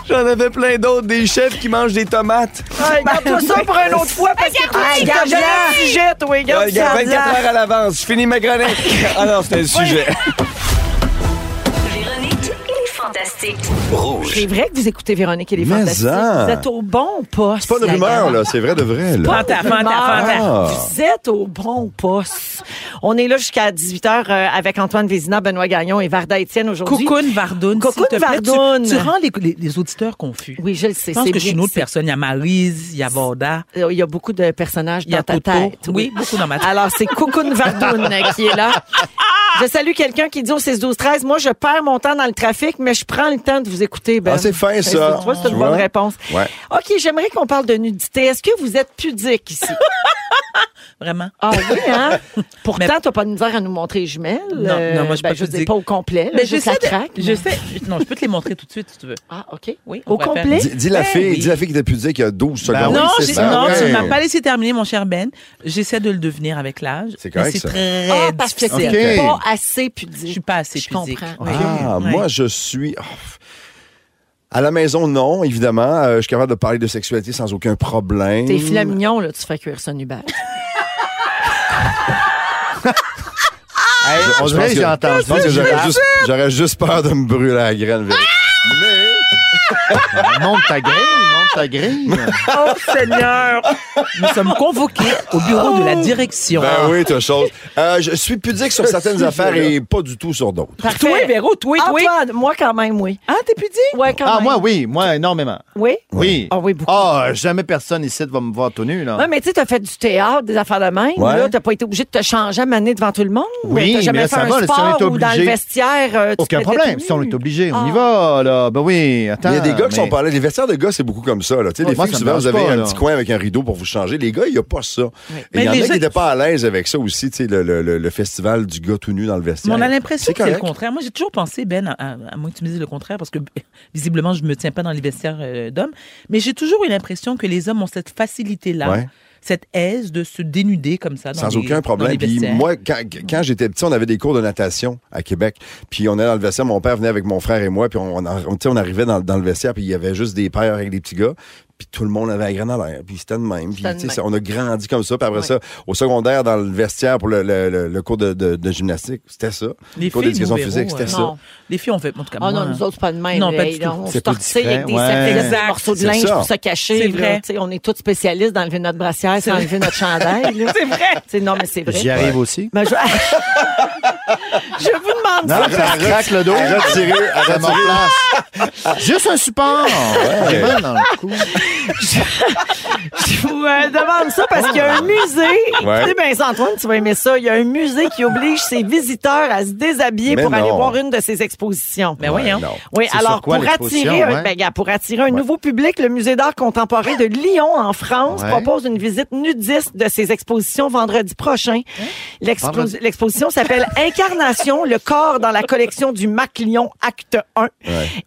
[SPEAKER 9] J'en avais plein d'autres. Des chefs qui mangent des tomates.
[SPEAKER 3] Hey, Garde-toi ça pour une autre fois parce que toi,
[SPEAKER 7] Hey,
[SPEAKER 3] tu t'as
[SPEAKER 7] garde-la.
[SPEAKER 3] jamais un sujet, toi.
[SPEAKER 9] Ouais,
[SPEAKER 3] Garde
[SPEAKER 9] il y a
[SPEAKER 3] ça.
[SPEAKER 9] 24 heures à l'avance. Je finis ma chronique. Ah non, c'était le sujet.
[SPEAKER 1] Véronique et les Fantastiques.
[SPEAKER 3] C'est vrai que vous écoutez Véronique et les
[SPEAKER 12] Mais
[SPEAKER 3] Fantastiques.
[SPEAKER 12] ça.
[SPEAKER 9] hein.
[SPEAKER 3] Vous êtes au bon poste.
[SPEAKER 12] C'est pas de
[SPEAKER 3] la
[SPEAKER 12] rumeur,
[SPEAKER 3] gang.
[SPEAKER 12] là. C'est vrai de vrai, là.
[SPEAKER 3] Fanta, fanta,
[SPEAKER 12] Ah.
[SPEAKER 3] fanta. Vous êtes au bon poste. On est là jusqu'à 18h avec Antoine Vézina, Benoît Gagnon et Varda Étienne aujourd'hui.
[SPEAKER 13] Cocoon Vardoun.
[SPEAKER 3] Cocoon
[SPEAKER 13] s'il te plaît. Tu-
[SPEAKER 3] Vardoun.
[SPEAKER 13] Tu, rends les, les- les auditeurs confus.
[SPEAKER 3] Oui, je le sais.
[SPEAKER 13] Je pense
[SPEAKER 3] c'est
[SPEAKER 13] que je suis
[SPEAKER 3] bien
[SPEAKER 13] une autre
[SPEAKER 3] dit.
[SPEAKER 13] personne. Il y a Marise, il y a Borda.
[SPEAKER 3] Euh, Il y a beaucoup de personnages
[SPEAKER 13] Il y
[SPEAKER 3] dans
[SPEAKER 13] a
[SPEAKER 3] ta
[SPEAKER 13] Toto.
[SPEAKER 3] tête.
[SPEAKER 13] Oui, beaucoup dans ma tête.
[SPEAKER 3] Alors, c'est Cocoon Vardoun qui est là. Je salue quelqu'un qui dit au 6-12-13, moi, je perds mon temps dans le trafic, mais je prends le temps de vous écouter. Ben.
[SPEAKER 12] Ah, c'est fin, ça.
[SPEAKER 3] Tu vois, c'est
[SPEAKER 12] Tu
[SPEAKER 3] une
[SPEAKER 12] vois?
[SPEAKER 3] bonne réponse.
[SPEAKER 12] Ouais.
[SPEAKER 3] OK, j'aimerais qu'on parle de nudité. Est-ce que vous êtes pudique ici?
[SPEAKER 13] Vraiment.
[SPEAKER 3] Ah oui, hein? Pourtant,
[SPEAKER 13] Mais-
[SPEAKER 3] t'as pas de misère à nous montrer les jumelles.
[SPEAKER 13] Non,
[SPEAKER 3] Euh,
[SPEAKER 13] non, moi, je suis
[SPEAKER 3] ben,
[SPEAKER 13] pas
[SPEAKER 3] je veux dire,
[SPEAKER 13] pudique.
[SPEAKER 3] pas au complet, là, juste la
[SPEAKER 13] Ben, de-
[SPEAKER 3] craque.
[SPEAKER 13] Je sais. Non, je peux te les montrer tout de suite si tu veux.
[SPEAKER 3] Ah, OK.
[SPEAKER 13] Oui, on
[SPEAKER 3] Au
[SPEAKER 13] pourrait
[SPEAKER 3] complet?
[SPEAKER 12] Dis, dis la
[SPEAKER 13] Ben
[SPEAKER 12] fille,
[SPEAKER 13] oui.
[SPEAKER 12] dis la fille qui t'a pu dire qu'il y a 12 secondes.
[SPEAKER 13] non, j'ai-
[SPEAKER 12] Ben
[SPEAKER 13] non, tu
[SPEAKER 12] ouais.
[SPEAKER 13] ne m'as pas laissé terminer, mon cher Ben. J'essaie de le devenir avec l'âge.
[SPEAKER 12] C'est
[SPEAKER 13] mais
[SPEAKER 12] correct,
[SPEAKER 13] C'est
[SPEAKER 12] ça.
[SPEAKER 13] très
[SPEAKER 3] Ah, parce que
[SPEAKER 13] difficile.
[SPEAKER 12] Ok.
[SPEAKER 3] t'es pas assez pudique.
[SPEAKER 13] Je suis pas assez
[SPEAKER 3] Je
[SPEAKER 13] pudique.
[SPEAKER 3] comprends.
[SPEAKER 13] Oui.
[SPEAKER 12] Ah,
[SPEAKER 13] Ouais.
[SPEAKER 12] moi, je suis. oh, pff. À la maison, non, évidemment. Euh, je suis capable de parler de sexualité sans aucun problème.
[SPEAKER 3] T'es filet mignon, là, tu fais cuire ça Hubert.
[SPEAKER 12] Hey, on dirait que j'ai entendu. J'aurais juste, j'aurais juste peur de me brûler la graine. vérité.
[SPEAKER 14] Mais. monte ta grille, monte ta grille.
[SPEAKER 3] Oh, Seigneur!
[SPEAKER 13] Nous sommes convoqués au bureau de la direction.
[SPEAKER 12] Ben
[SPEAKER 15] Ah!
[SPEAKER 12] oui, t'as chose. Euh, je suis pudique sur
[SPEAKER 13] Je
[SPEAKER 12] certaines
[SPEAKER 13] suis
[SPEAKER 12] affaires
[SPEAKER 13] violent.
[SPEAKER 12] et pas du tout sur d'autres.
[SPEAKER 3] Toi, Véro, toi, toi. Antoine, moi quand même, oui. Ah, t'es pudique? Oui, quand
[SPEAKER 14] Ah,
[SPEAKER 3] même.
[SPEAKER 14] moi, oui, moi, énormément.
[SPEAKER 3] Oui?
[SPEAKER 14] Oui.
[SPEAKER 3] Ah, oui, beaucoup.
[SPEAKER 14] Ah, jamais personne ici va me voir tout nu, là.
[SPEAKER 3] Ouais, mais tu sais, t'as fait du théâtre, des affaires de même.
[SPEAKER 14] Ouais.
[SPEAKER 3] Là, t'as pas été obligé de te changer à maner devant tout le monde.
[SPEAKER 14] Oui,
[SPEAKER 3] t'as jamais
[SPEAKER 14] mais là,
[SPEAKER 3] fait
[SPEAKER 14] ça
[SPEAKER 3] un
[SPEAKER 14] va, là, si on
[SPEAKER 3] sport
[SPEAKER 14] est
[SPEAKER 3] ou dans le
[SPEAKER 14] obligé.
[SPEAKER 3] vestiaire. euh, tu
[SPEAKER 14] Aucun
[SPEAKER 3] te
[SPEAKER 14] problème. Si on est obligé,
[SPEAKER 3] Ah.
[SPEAKER 14] on y va, là. Ben oui, attends.
[SPEAKER 12] Il y a des gars qui
[SPEAKER 14] mais-
[SPEAKER 12] sont parlés. Les vestiaires de gars, c'est beaucoup comme ça. Là. Tu sais,
[SPEAKER 14] Ouais,
[SPEAKER 12] les
[SPEAKER 14] moi,
[SPEAKER 12] filles,
[SPEAKER 14] ça me
[SPEAKER 12] souvent, vous avez
[SPEAKER 14] dérange pas,
[SPEAKER 12] un
[SPEAKER 14] là.
[SPEAKER 12] petit coin avec un rideau pour vous changer. Les gars, il n'y a pas ça. Et
[SPEAKER 13] Mais
[SPEAKER 12] Il y en a
[SPEAKER 13] les
[SPEAKER 12] qui
[SPEAKER 13] gens-
[SPEAKER 12] n'étaient pas à l'aise avec ça aussi, tu sais, le, le- le- le festival du gars tout nu dans le
[SPEAKER 13] Mais
[SPEAKER 12] vestiaire.
[SPEAKER 13] on a l'impression
[SPEAKER 12] C'est
[SPEAKER 13] que c'est le
[SPEAKER 12] correct.
[SPEAKER 13] contraire. Moi, j'ai toujours pensé, Ben, à, à- à moins que tu me dises le contraire, parce que visiblement, je me tiens pas dans les vestiaires euh, d'hommes, mais j'ai toujours eu l'impression que les hommes ont cette facilité-là,
[SPEAKER 12] Ouais.
[SPEAKER 13] cette aise de se dénuder comme ça. Dans
[SPEAKER 12] Sans
[SPEAKER 13] les-
[SPEAKER 12] aucun
[SPEAKER 13] dans
[SPEAKER 12] problème.
[SPEAKER 13] les
[SPEAKER 12] Puis
[SPEAKER 13] vestiaires.
[SPEAKER 12] moi, quand, quand j'étais petit, on avait des cours de natation à Québec. Puis on allait dans le vestiaire. Mon père venait avec mon frère et moi. Puis on, on, en- tu sais, on arrivait dans, dans le vestiaire. Puis il y avait juste des pères avec des petits gars. Puis tout le monde avait la graine à l'air. Puis c'était de même. Puis
[SPEAKER 3] C'était de
[SPEAKER 12] tu sais,
[SPEAKER 3] même.
[SPEAKER 12] ça- on a grandi comme ça. Puis après ça, au secondaire, dans le vestiaire pour le, le- le- le cours de, de- de gymnastique, c'était ça.
[SPEAKER 13] les
[SPEAKER 12] le cours
[SPEAKER 13] filles,
[SPEAKER 12] d'éducation
[SPEAKER 13] nous, Véro,
[SPEAKER 12] physique, c'était
[SPEAKER 13] euh,
[SPEAKER 12] ça.
[SPEAKER 13] non. Les filles, on fait, en tout cas,
[SPEAKER 3] Ah non,
[SPEAKER 13] moi, hein.
[SPEAKER 3] nous autres, c'est pas de même.
[SPEAKER 13] Non, pas
[SPEAKER 3] Hey,
[SPEAKER 13] du
[SPEAKER 3] là,
[SPEAKER 13] tout.
[SPEAKER 3] On se
[SPEAKER 13] C'est plus
[SPEAKER 3] tortille
[SPEAKER 13] différent,
[SPEAKER 3] avec des
[SPEAKER 13] ouais.
[SPEAKER 3] serviettes, des
[SPEAKER 13] Exact.
[SPEAKER 3] morceaux de
[SPEAKER 13] C'est
[SPEAKER 3] linge
[SPEAKER 13] ça.
[SPEAKER 3] pour se cacher.
[SPEAKER 13] C'est
[SPEAKER 3] là.
[SPEAKER 13] vrai.
[SPEAKER 3] Tu sais, On est tous spécialistes d'enlever notre brassière,
[SPEAKER 13] C'est
[SPEAKER 3] sans enlever notre chandail. C'est vrai. non, mais c'est vrai.
[SPEAKER 14] J'y arrive aussi.
[SPEAKER 3] Ben, je... Je vous demande
[SPEAKER 14] Non,
[SPEAKER 3] ça.
[SPEAKER 14] ça
[SPEAKER 3] parce que-
[SPEAKER 14] craque le dos.
[SPEAKER 12] À retirer, à
[SPEAKER 14] Ça me
[SPEAKER 12] retirer.
[SPEAKER 14] replace. Juste un support. J'ai mal dans le cou.
[SPEAKER 3] Je vous euh, demande ça parce qu'il y a un musée.
[SPEAKER 14] Ouais.
[SPEAKER 3] Tu sais, ben, Antoine, tu vas aimer ça. Il y a un musée qui oblige ses visiteurs à se déshabiller
[SPEAKER 13] Mais
[SPEAKER 3] pour aller
[SPEAKER 13] non.
[SPEAKER 3] voir une de ses expositions.
[SPEAKER 13] Ben Ouais, voyons. non.
[SPEAKER 3] Oui,
[SPEAKER 13] C'est
[SPEAKER 3] alors
[SPEAKER 13] sur quoi
[SPEAKER 3] pour
[SPEAKER 13] l'exposition,
[SPEAKER 3] attirer, un,
[SPEAKER 13] ouais?
[SPEAKER 3] ben, gars, pour attirer un nouveau public, le musée d'art contemporain de Lyon en France
[SPEAKER 13] Ouais.
[SPEAKER 3] propose une visite nudiste de ses expositions vendredi prochain. L'expo-
[SPEAKER 13] Hein? Vendredi.
[SPEAKER 3] L'exposition s'appelle Incarnation, le corps dans la collection du Mac Lyon Acte 1.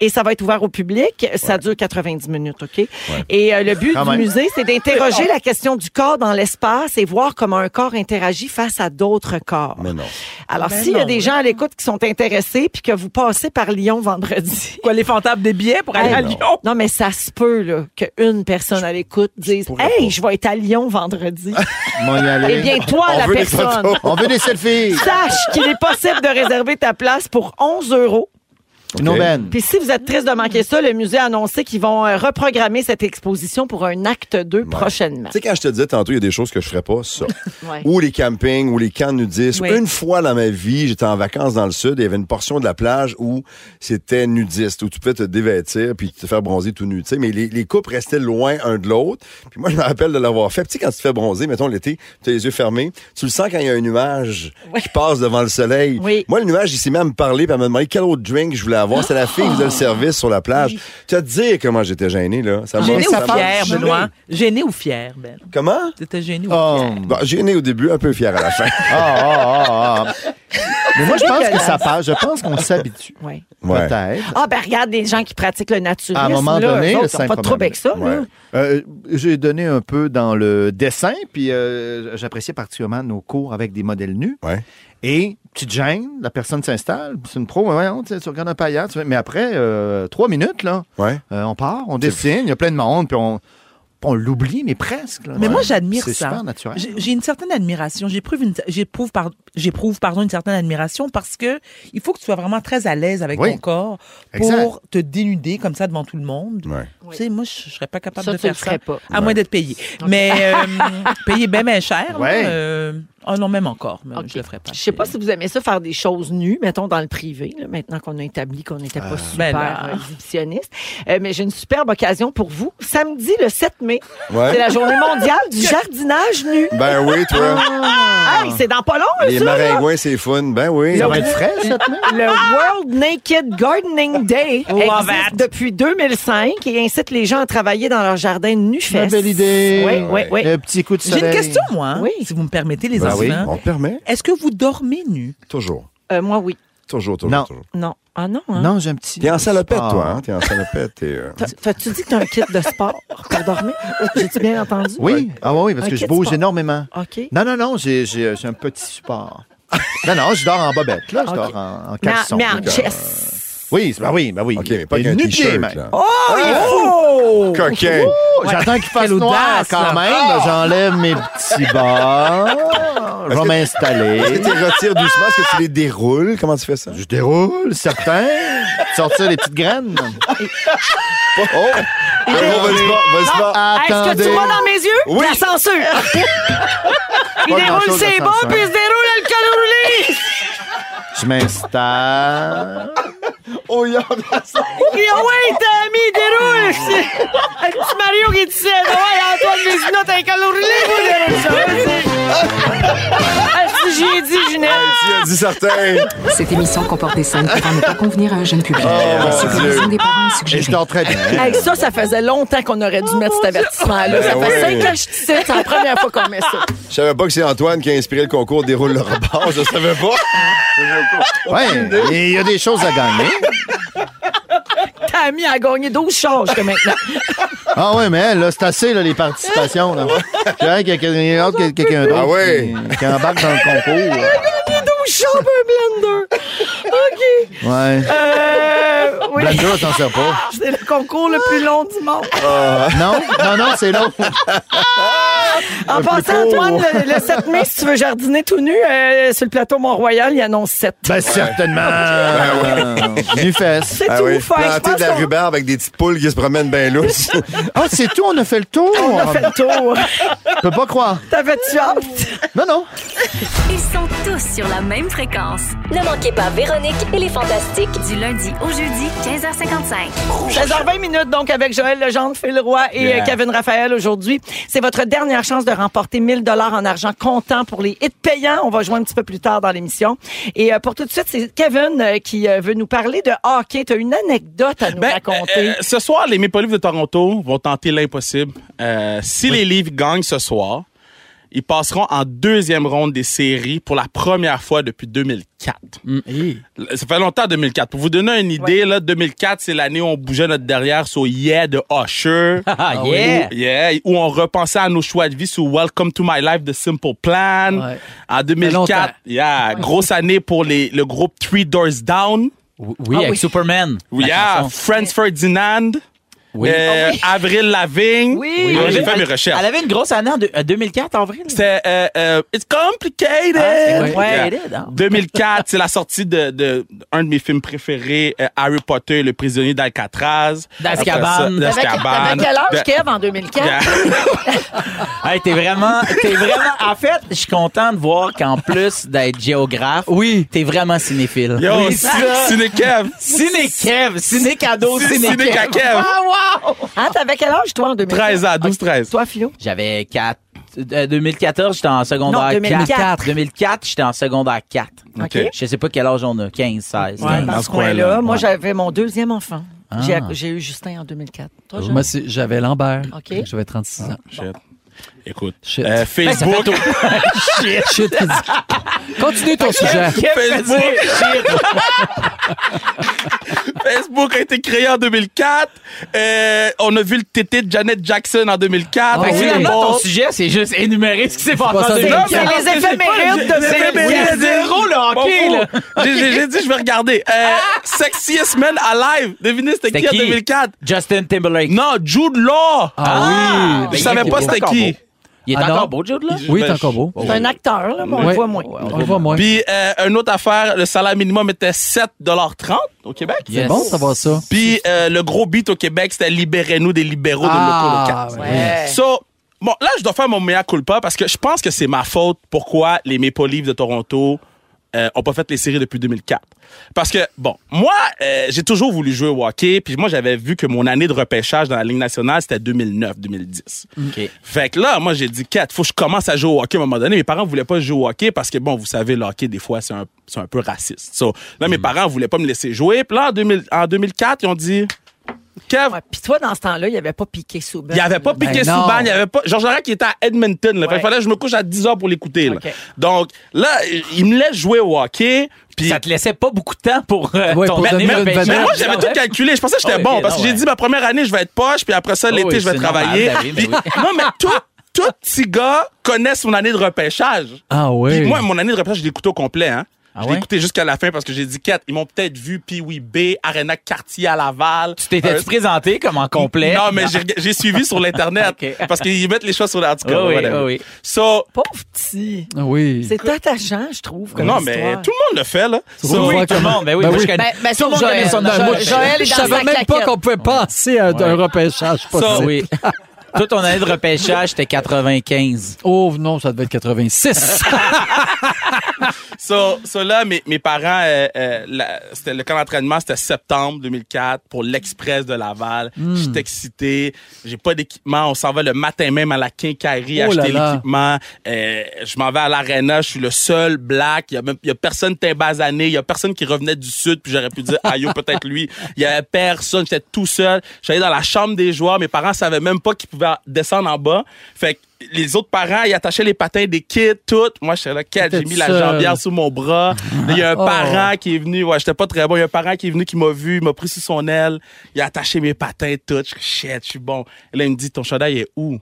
[SPEAKER 3] Et ça va être ouvert au public. Ça dure 90 minutes, OK? Et euh, le but
[SPEAKER 13] Quand
[SPEAKER 3] du
[SPEAKER 13] même.
[SPEAKER 3] musée, c'est d'interroger la question du corps dans l'espace et voir comment un corps interagit face à d'autres corps.
[SPEAKER 12] Mais non.
[SPEAKER 3] Alors,
[SPEAKER 13] Ben
[SPEAKER 3] s'il y a
[SPEAKER 13] non,
[SPEAKER 3] des gens à l'écoute qui sont intéressés puis que vous passez par Lyon vendredi.
[SPEAKER 13] Quoi, les fantables des billets pour aller à Lyon?
[SPEAKER 3] Non, mais ça se peut, là, qu'une personne à l'écoute dise Hey, je vais être à Lyon vendredi.
[SPEAKER 14] On va y aller.
[SPEAKER 3] Eh bien, toi,
[SPEAKER 14] On
[SPEAKER 3] la
[SPEAKER 14] veut des
[SPEAKER 3] personne.
[SPEAKER 14] photos. On veut des selfies.
[SPEAKER 3] Sache qu'il est possible de réserver ta place pour 11 euros.
[SPEAKER 14] Une aubaine.
[SPEAKER 3] Puis si vous êtes triste de manquer ça, le musée a annoncé qu'ils vont euh, reprogrammer cette exposition pour un acte 2 prochainement.
[SPEAKER 12] Tu sais, quand je te disais tantôt, il y a des choses que je ferais pas, ça.
[SPEAKER 3] Ouais.
[SPEAKER 12] Ou les campings, ou les camps nudistes.
[SPEAKER 3] Oui.
[SPEAKER 12] Une fois dans ma vie, j'étais en vacances dans le sud, il y avait une portion de la plage où c'était nudiste, où tu pouvais te dévêtir puis te faire bronzer tout nu. Tu sais, mais les, les couples restaient loin un de l'autre. Puis moi, je me rappelle de l'avoir fait. Tu sais, quand tu te fais bronzer, mettons l'été, tu as les yeux fermés, tu le sens quand il y a un nuage qui passe devant le soleil. Moi, le nuage, il s'est mis à me parler puis à me demander quel autre drink je voulais avoir. C'est la fille qui faisait
[SPEAKER 13] Ah!
[SPEAKER 12] le service sur la plage. Tu as dire comment j'étais gêné, là. Ça m'a-
[SPEAKER 13] Gêné
[SPEAKER 12] ça
[SPEAKER 13] ou
[SPEAKER 12] m'a
[SPEAKER 13] fier,
[SPEAKER 12] gelé.
[SPEAKER 13] Benoît? Gêné ou fier, Ben?
[SPEAKER 12] Comment?
[SPEAKER 13] T'étais gêné ou
[SPEAKER 12] Bon, gêné au début, un peu fier à la fin.
[SPEAKER 14] Ah, ah, ah. Mais moi, je pense que ça passe. Je pense qu'on s'habitue.
[SPEAKER 3] Ouais.
[SPEAKER 14] Peut-être.
[SPEAKER 3] Ah, ben regarde des gens qui pratiquent le naturisme.
[SPEAKER 14] À un moment
[SPEAKER 3] là,
[SPEAKER 14] donné,
[SPEAKER 3] eux autres, ils
[SPEAKER 14] le
[SPEAKER 3] ont pas de
[SPEAKER 14] syndrome.
[SPEAKER 3] trouble avec ça. là.
[SPEAKER 14] Ouais. Euh, J'ai donné un peu dans le dessin, puis euh, j'appréciais particulièrement nos cours avec des modèles nus. Et tu te gênes, la personne s'installe, c'est une pro, ouais, ouais, tu sais, tu regardes un paillard, tu fais- mais après euh, trois minutes, là, euh, on part, on dessine, il y a plein de monde, puis on, puis on l'oublie, mais presque. là.
[SPEAKER 13] Mais moi,
[SPEAKER 14] Ouais.
[SPEAKER 13] j'admire ça.
[SPEAKER 14] C'est super naturel.
[SPEAKER 13] J'ai j'ai une certaine admiration. J'éprouve une, j'éprouve, par- j'éprouve, pardon, une certaine admiration parce que il faut que tu sois vraiment très à l'aise avec
[SPEAKER 14] Oui.
[SPEAKER 13] ton corps pour
[SPEAKER 14] Exact.
[SPEAKER 13] te dénuder comme ça devant tout le monde.
[SPEAKER 12] Ouais.
[SPEAKER 13] Tu sais, moi, je je serais pas capable
[SPEAKER 3] Ça,
[SPEAKER 13] de
[SPEAKER 3] tu le
[SPEAKER 13] faire ça.
[SPEAKER 3] ferais pas.
[SPEAKER 13] À moins d'être payé. Mais euh, payé bien, bien cher.
[SPEAKER 3] Ouais.
[SPEAKER 13] là, euh, oh non, même encore. mais Je le ferais pas.
[SPEAKER 3] Je sais pas si vous aimez ça, faire des choses nues, mettons dans le privé, là, maintenant qu'on a établi qu'on n'était pas
[SPEAKER 13] Ah.
[SPEAKER 3] super
[SPEAKER 13] Ben
[SPEAKER 3] euh,
[SPEAKER 13] non.
[SPEAKER 3] exhibitionniste. Euh, mais j'ai une superbe occasion pour vous. Samedi, le 7 mai,
[SPEAKER 12] Ouais.
[SPEAKER 3] c'est la journée mondiale du jardinage nu.
[SPEAKER 12] Ben oui, toi.
[SPEAKER 3] Ah. Hey, c'est dans pas long, là,
[SPEAKER 12] Les
[SPEAKER 3] ça, là.
[SPEAKER 12] maringouins, c'est fun. Ben oui.
[SPEAKER 3] Le World Naked Gardening Day
[SPEAKER 13] Love
[SPEAKER 3] existe depuis 2005 et incite les gens à travailler dans leur jardin nu
[SPEAKER 14] Une belle idée.
[SPEAKER 3] Oui, oui, oui.
[SPEAKER 14] Un petit coup de
[SPEAKER 13] J'ai
[SPEAKER 14] soleil.
[SPEAKER 13] une question, moi, hein, si vous me permettez, les
[SPEAKER 12] Ah
[SPEAKER 14] Ben
[SPEAKER 13] enfants.
[SPEAKER 14] oui, on te permet.
[SPEAKER 13] Est-ce que vous dormez nu?
[SPEAKER 12] Toujours.
[SPEAKER 3] Euh, moi, oui.
[SPEAKER 12] Toujours, toujours,
[SPEAKER 14] Non.
[SPEAKER 12] toujours.
[SPEAKER 3] Non. Ah non, hein?
[SPEAKER 14] Non, j'ai un petit.
[SPEAKER 12] T'es en salopette,
[SPEAKER 14] Ah.
[SPEAKER 12] toi. Hein? T'es en salopette. t'es, euh,
[SPEAKER 3] T'as- T'as-tu dit que t'as un kit de sport pour dormir? J'ai-tu bien entendu?
[SPEAKER 14] Oui, ah oui, parce
[SPEAKER 3] Un
[SPEAKER 14] que je
[SPEAKER 3] kit
[SPEAKER 14] bouge
[SPEAKER 3] sport.
[SPEAKER 14] énormément.
[SPEAKER 3] OK.
[SPEAKER 14] Non, non, non, j'ai j'ai- euh, j'ai un petit support. non, non, je dors en bobette, là, je dors en, en
[SPEAKER 3] Mais en-
[SPEAKER 14] caleçon.
[SPEAKER 3] mais en
[SPEAKER 14] Donc, euh,
[SPEAKER 3] chess.
[SPEAKER 14] Oui, c'est- ben oui, ben oui. OK, mais Oh!
[SPEAKER 12] pas qu'un t-shirt, là.
[SPEAKER 3] Oh, il est fou!
[SPEAKER 12] Coquin.
[SPEAKER 14] J'attends qu'il fasse
[SPEAKER 13] Quelle
[SPEAKER 14] noir
[SPEAKER 13] audace,
[SPEAKER 14] quand
[SPEAKER 13] là.
[SPEAKER 14] même. J'enlève mes petits bords. je vais m'installer.
[SPEAKER 12] Est-ce que tu les retires doucement? Est-ce que tu les déroules? Comment tu fais ça?
[SPEAKER 14] Je déroule, certain. Sortir les petites graines.
[SPEAKER 12] Oh!
[SPEAKER 14] Oh, vas-y pas, vas-y pas.
[SPEAKER 7] Est-ce que tu
[SPEAKER 14] Attendez.
[SPEAKER 7] vois dans mes yeux?
[SPEAKER 14] Oui.
[SPEAKER 7] La censure. il
[SPEAKER 14] Pas
[SPEAKER 7] déroule
[SPEAKER 14] grand-chose, la
[SPEAKER 7] ses bas,
[SPEAKER 14] censure.
[SPEAKER 7] puis il se déroule le col roulé.
[SPEAKER 14] Je m'installe.
[SPEAKER 12] Oh, y'a
[SPEAKER 7] Il a ouais, t'as
[SPEAKER 3] eh,
[SPEAKER 7] ami, il déroule. C'est- Un petit Mario qui dit ça. Ouais, Antoine Vézina, t'as un col roulé. Vous déroule ça.
[SPEAKER 3] eh,
[SPEAKER 7] vas-y. Ah, si j'y ai dit, Ginette.
[SPEAKER 3] Ah,
[SPEAKER 12] dit certain.
[SPEAKER 10] Cette émission comporte des scènes pouvant ne pas convenir à un jeune public.
[SPEAKER 12] Oh,
[SPEAKER 10] La supervision des parents est suggérée.
[SPEAKER 12] Hein?
[SPEAKER 3] Hey, ça, ça faisait longtemps qu'on aurait dû mettre cet
[SPEAKER 14] Eh,
[SPEAKER 3] avertissement-là. Ça
[SPEAKER 12] Ben
[SPEAKER 3] fait cinq
[SPEAKER 12] oui.
[SPEAKER 3] ans que je suis ici. C'est la première fois qu'on met ça.
[SPEAKER 12] Je savais pas que c'est Antoine qui a inspiré le concours Déroule le rebord. Je savais pas.
[SPEAKER 14] Ouais, il y a des choses à gagner.
[SPEAKER 3] T'as ami a gagné 12 changes que maintenant.
[SPEAKER 14] Ah ouais, mais elle, là, c'est assez, là, les participations. Là. J'ai hâte qu'il y ait quelqu'un d'autre qui- quelqu'un d'autre
[SPEAKER 12] Ah ouais.
[SPEAKER 14] qui, qui embarque dans le concours.
[SPEAKER 3] Elle a gagné 12 changes, un blender. OK.
[SPEAKER 14] Ouais.
[SPEAKER 12] Ah
[SPEAKER 3] Euh, oui.
[SPEAKER 14] Blender, t'en sers pas.
[SPEAKER 3] C'est le concours le plus long du monde.
[SPEAKER 12] Ah.
[SPEAKER 14] Non, non, non, c'est long.
[SPEAKER 3] En
[SPEAKER 14] Le plus
[SPEAKER 3] passant,
[SPEAKER 14] court.
[SPEAKER 3] Antoine, le, le 7 mai, si tu veux jardiner tout nu, euh, sur le plateau Mont-Royal, il annonce 7.
[SPEAKER 14] Ben, certainement. Nu Ben fesse.
[SPEAKER 3] C'est tout,
[SPEAKER 12] Ben Ah oui.
[SPEAKER 3] fin, je
[SPEAKER 12] Planter
[SPEAKER 3] pense
[SPEAKER 12] de la
[SPEAKER 3] qu'on-
[SPEAKER 12] rhubarbe avec des petites poules qui se promènent bien lousses.
[SPEAKER 14] Ah, c'est tout, on a fait le tour.
[SPEAKER 3] On a fait
[SPEAKER 14] ben.
[SPEAKER 3] le tour.
[SPEAKER 14] Je peux pas croire.
[SPEAKER 3] T'avais-tu hâte?
[SPEAKER 14] Non, non.
[SPEAKER 1] Ils sont tous sur la même fréquence. Ne manquez pas Véronique et les Fantastiques du lundi au jeudi 15h55.
[SPEAKER 3] 16h20 minutes, donc, avec Joël Legendre, Phil Roy et
[SPEAKER 1] Yeah.
[SPEAKER 3] euh, Kevin Raphaël aujourd'hui. C'est votre dernière chance de remporter 1000 dollars en argent comptant pour les hits payants. On va jouer un petit peu plus tard dans l'émission. Et euh, pour tout de suite, c'est Kevin euh, qui euh, veut nous parler de hockey. Tu as une anecdote à nous raconter.
[SPEAKER 15] Euh, ce soir, les Maple Leafs de Toronto vont tenter l'impossible. Euh, si les Leafs gagnent ce soir, ils passeront en deuxième ronde des séries pour la première fois depuis 2004.
[SPEAKER 16] Mm.
[SPEAKER 15] Ça fait longtemps 2004. Pour vous donner une idée, là, 2004, c'est l'année où on bougeait notre derrière sur Yeah de Usher.
[SPEAKER 16] Ah, yeah.
[SPEAKER 15] Où, yeah, où on repensait à nos choix de vie sur Welcome to My Life de Simple Plan. En 2004, yeah, grosse année pour les, le groupe Three Doors Down.
[SPEAKER 16] Ah Oui, avec Superman.
[SPEAKER 15] Oui, ah,
[SPEAKER 16] La
[SPEAKER 15] yeah,
[SPEAKER 16] chanson.
[SPEAKER 15] Franz Ferdinand.
[SPEAKER 16] Oui.
[SPEAKER 15] Euh,
[SPEAKER 16] Ah oui.
[SPEAKER 15] Avril Lavigne.
[SPEAKER 16] Oui.
[SPEAKER 15] Ouais, J'ai
[SPEAKER 16] Elle-
[SPEAKER 15] fait mes recherches.
[SPEAKER 16] Elle avait une grosse année en deux- euh, 2004, en vrai.
[SPEAKER 15] C'était euh, euh, It's Complicated.
[SPEAKER 3] euh,
[SPEAKER 16] Ah, c'est
[SPEAKER 15] Yeah.
[SPEAKER 16] complicated, hein.
[SPEAKER 15] 2004, c'est la sortie de, de un de mes films préférés, euh, Harry Potter, et le prisonnier d'Alcatraz.
[SPEAKER 16] D'Azkaban.
[SPEAKER 15] Après ça, d'Azkaban.
[SPEAKER 3] T'avais quel âge,
[SPEAKER 15] De-
[SPEAKER 3] Kev, en 2004?
[SPEAKER 16] Hey, t'es vraiment, t'es vraiment. En fait, je suis content de voir qu'en plus d'être géographe, oui, t'es vraiment cinéphile.
[SPEAKER 15] Yo,
[SPEAKER 16] Oui,
[SPEAKER 15] Cine-
[SPEAKER 16] ça.
[SPEAKER 15] Cinekev.
[SPEAKER 16] Cinekev, ciné-cadeau,
[SPEAKER 15] Cine-
[SPEAKER 16] ciné-kev.
[SPEAKER 15] Cinécakev.
[SPEAKER 3] Ah, wow! Ah, t'avais quel âge, toi, en 2004?
[SPEAKER 15] 13 ans, 12, 13.
[SPEAKER 3] Toi, Philo?
[SPEAKER 16] J'avais 4. euh, 2014, j'étais en secondaire
[SPEAKER 3] Non, 2004.
[SPEAKER 16] 4. 2004, j'étais en secondaire 4.
[SPEAKER 3] OK.
[SPEAKER 16] Je sais pas quel âge on a, 15, 16.
[SPEAKER 3] Ouais, dans ce coin-là. Moi, j'avais mon deuxième enfant.
[SPEAKER 16] Ah.
[SPEAKER 3] J'ai j'ai eu Justin en 2004. Toi, Jean?
[SPEAKER 16] Moi, c'est-
[SPEAKER 17] J'avais Lambert.
[SPEAKER 3] OK.
[SPEAKER 17] Donc, J'avais 36 ans.
[SPEAKER 15] Shit. Écoute.
[SPEAKER 17] Shit.
[SPEAKER 15] Euh, Facebook.
[SPEAKER 17] Shit. Shit, il dit. Continue ton sujet.
[SPEAKER 15] Facebook. Facebook a été créé en 2004. Euh, on a vu le tété de Janet Jackson en 2004.
[SPEAKER 16] Fait que
[SPEAKER 15] Oui.
[SPEAKER 16] finalement,
[SPEAKER 15] Bon.
[SPEAKER 16] ton sujet, c'est juste énumérer ce qui s'est passé en
[SPEAKER 15] Non,
[SPEAKER 16] 2004.
[SPEAKER 15] mais non, c'est pas- c'est- c'est zéro, le hockey, là. J'ai- J'ai j'ai dit, je vais regarder. Euh, Sexiest Man Alive. Devinez, c'était
[SPEAKER 16] C'était
[SPEAKER 15] qui, en
[SPEAKER 16] qui?
[SPEAKER 15] 2004?
[SPEAKER 16] Justin Timberlake.
[SPEAKER 15] Non, Jude Law.
[SPEAKER 16] Ah
[SPEAKER 15] Je
[SPEAKER 16] oui.
[SPEAKER 15] savais pas c'était qui.
[SPEAKER 16] Il est
[SPEAKER 15] Ah non?
[SPEAKER 16] encore beau, Jude, là?
[SPEAKER 17] Oui, t'es encore beau.
[SPEAKER 3] C'est un acteur, là, mais on le
[SPEAKER 17] Ouais.
[SPEAKER 3] voit moins.
[SPEAKER 17] On le voit moins.
[SPEAKER 15] Puis, euh, une autre affaire, le salaire minimum était 7,30 au Québec.
[SPEAKER 17] C'est bon de savoir ça.
[SPEAKER 15] Puis euh, le gros beat au Québec, c'était Libérez-nous des libéraux
[SPEAKER 17] Ah,
[SPEAKER 15] de
[SPEAKER 17] oui.
[SPEAKER 15] Loco
[SPEAKER 17] Ouais.
[SPEAKER 15] So, bon, là, je dois faire mon meilleur culpa parce que je pense que c'est ma faute pourquoi les Maple Leafs de Toronto euh, ont pas fait les séries depuis 2004. Parce que, bon, moi, euh, j'ai toujours voulu jouer au hockey. Puis moi, j'avais vu que mon année de repêchage dans la Ligue nationale, c'était 2009-2010.
[SPEAKER 16] OK.
[SPEAKER 15] Fait que là, moi, j'ai dit, Kat, faut que je commence à jouer au hockey à un moment donné. Mes parents voulaient pas jouer au hockey parce que, bon, vous savez, le hockey, des fois, c'est un, c'est un peu raciste. So, là, mes parents voulaient pas me laisser jouer. Puis là, en, 2000 en 2004, ils ont dit, Kev,
[SPEAKER 3] Puis toi, dans ce temps-là, il n'y avait pas piqué sous
[SPEAKER 15] il n'y avait pas
[SPEAKER 17] ben
[SPEAKER 15] piqué
[SPEAKER 3] sous
[SPEAKER 15] Souban, il n'y avait pas. Georges Larac qui était à Edmonton. Là. Fait qu'il fallait que je me couche à 10 h pour l'écouter. là. Donc là, il me laisse jouer au hockey. Puis ça
[SPEAKER 16] te laissait pas beaucoup de temps pour
[SPEAKER 3] Ben,
[SPEAKER 17] Ouais, ton pour
[SPEAKER 15] mais,
[SPEAKER 17] année
[SPEAKER 15] mais-
[SPEAKER 17] de
[SPEAKER 15] mais
[SPEAKER 17] repêchage.
[SPEAKER 15] moi j'avais tout calculé. Je pensais que j'étais
[SPEAKER 17] Ouais,
[SPEAKER 15] bon
[SPEAKER 17] ok,
[SPEAKER 15] parce que
[SPEAKER 17] Oh, non,
[SPEAKER 15] j'ai
[SPEAKER 17] ouais.
[SPEAKER 15] dit ma première année je vais être poche puis après ça
[SPEAKER 17] Oh,
[SPEAKER 15] l'été
[SPEAKER 17] oui,
[SPEAKER 15] je vais
[SPEAKER 17] c'est normal,
[SPEAKER 16] Ah,
[SPEAKER 15] travailler.
[SPEAKER 17] David, ben
[SPEAKER 15] Puis-
[SPEAKER 17] oui.
[SPEAKER 15] non mais tout tout petit gars connaît son année de repêchage.
[SPEAKER 17] Ah oui.
[SPEAKER 15] Puis moi mon année de repêchage je l'ai écouté au complet hein.
[SPEAKER 16] Ah
[SPEAKER 15] je l'ai écouté jusqu'à la fin parce que j'ai dit, Kat, ils m'ont peut-être vu Pee-Wee B, Arena Cartier à Laval. Tu
[SPEAKER 16] T'étais-tu présenté comme en complet?
[SPEAKER 15] Non, mais j'ai- j'ai suivi sur l'Internet. Parce qu'ils mettent les choses sur la. en tout cas,
[SPEAKER 16] Oui, oui,
[SPEAKER 15] whatever.
[SPEAKER 16] oui.
[SPEAKER 15] So,
[SPEAKER 3] Pauvre petit.
[SPEAKER 17] Ah Oui.
[SPEAKER 3] C'est attachant, je trouve. Comme
[SPEAKER 15] non,
[SPEAKER 3] histoire.
[SPEAKER 15] mais tout le monde le fait, là.
[SPEAKER 17] C'est drôle de voir comment- Ben oui. Ben- ben,
[SPEAKER 15] tout le
[SPEAKER 17] sauf
[SPEAKER 15] monde
[SPEAKER 17] Joël.
[SPEAKER 15] connaît son
[SPEAKER 17] Ben, moi,
[SPEAKER 15] âge.
[SPEAKER 17] je- Je savais même pas qu'on pouvait passer à un repêchage possible.
[SPEAKER 16] oui. Toute ton année de repêchage, c'était 95.
[SPEAKER 17] Oh non, ça devait être 86.
[SPEAKER 15] So, so là, mes, mes parents, euh, euh, la- c'était le camp d'entraînement, c'était septembre 2004 pour l'Express de Laval.
[SPEAKER 17] Hmm.
[SPEAKER 15] J'étais excité. J'ai pas d'équipement. On s'en va le matin même à la quincaillerie
[SPEAKER 17] Oh là
[SPEAKER 15] acheter
[SPEAKER 17] là.
[SPEAKER 15] l'équipement. Euh, je m'en vais à l'aréna. Je suis le seul black. Il y a, même- il y a personne timbasané. Il y a personne qui revenait du sud. Puis j'aurais pu dire, aïe, peut-être lui. Il y avait personne. J'étais tout seul. J'allais dans la chambre des joueurs. Mes parents savaient même pas qu'ils pouvaient descendre en bas. Fait que les autres parents, ils attachaient les patins des kids, tout. Moi, j'étais là, quatre, j'ai mis la
[SPEAKER 17] seul.
[SPEAKER 15] jambière sous mon bras. Là, Il y a un
[SPEAKER 17] Oh.
[SPEAKER 15] parent qui est venu, ouais, j'étais pas très bon. Il y a un parent qui est venu qui m'a vu, il m'a pris sous son aile, il a attaché mes patins, tout. Je shit, je suis bon. Et là, il me dit, ton chandail est où?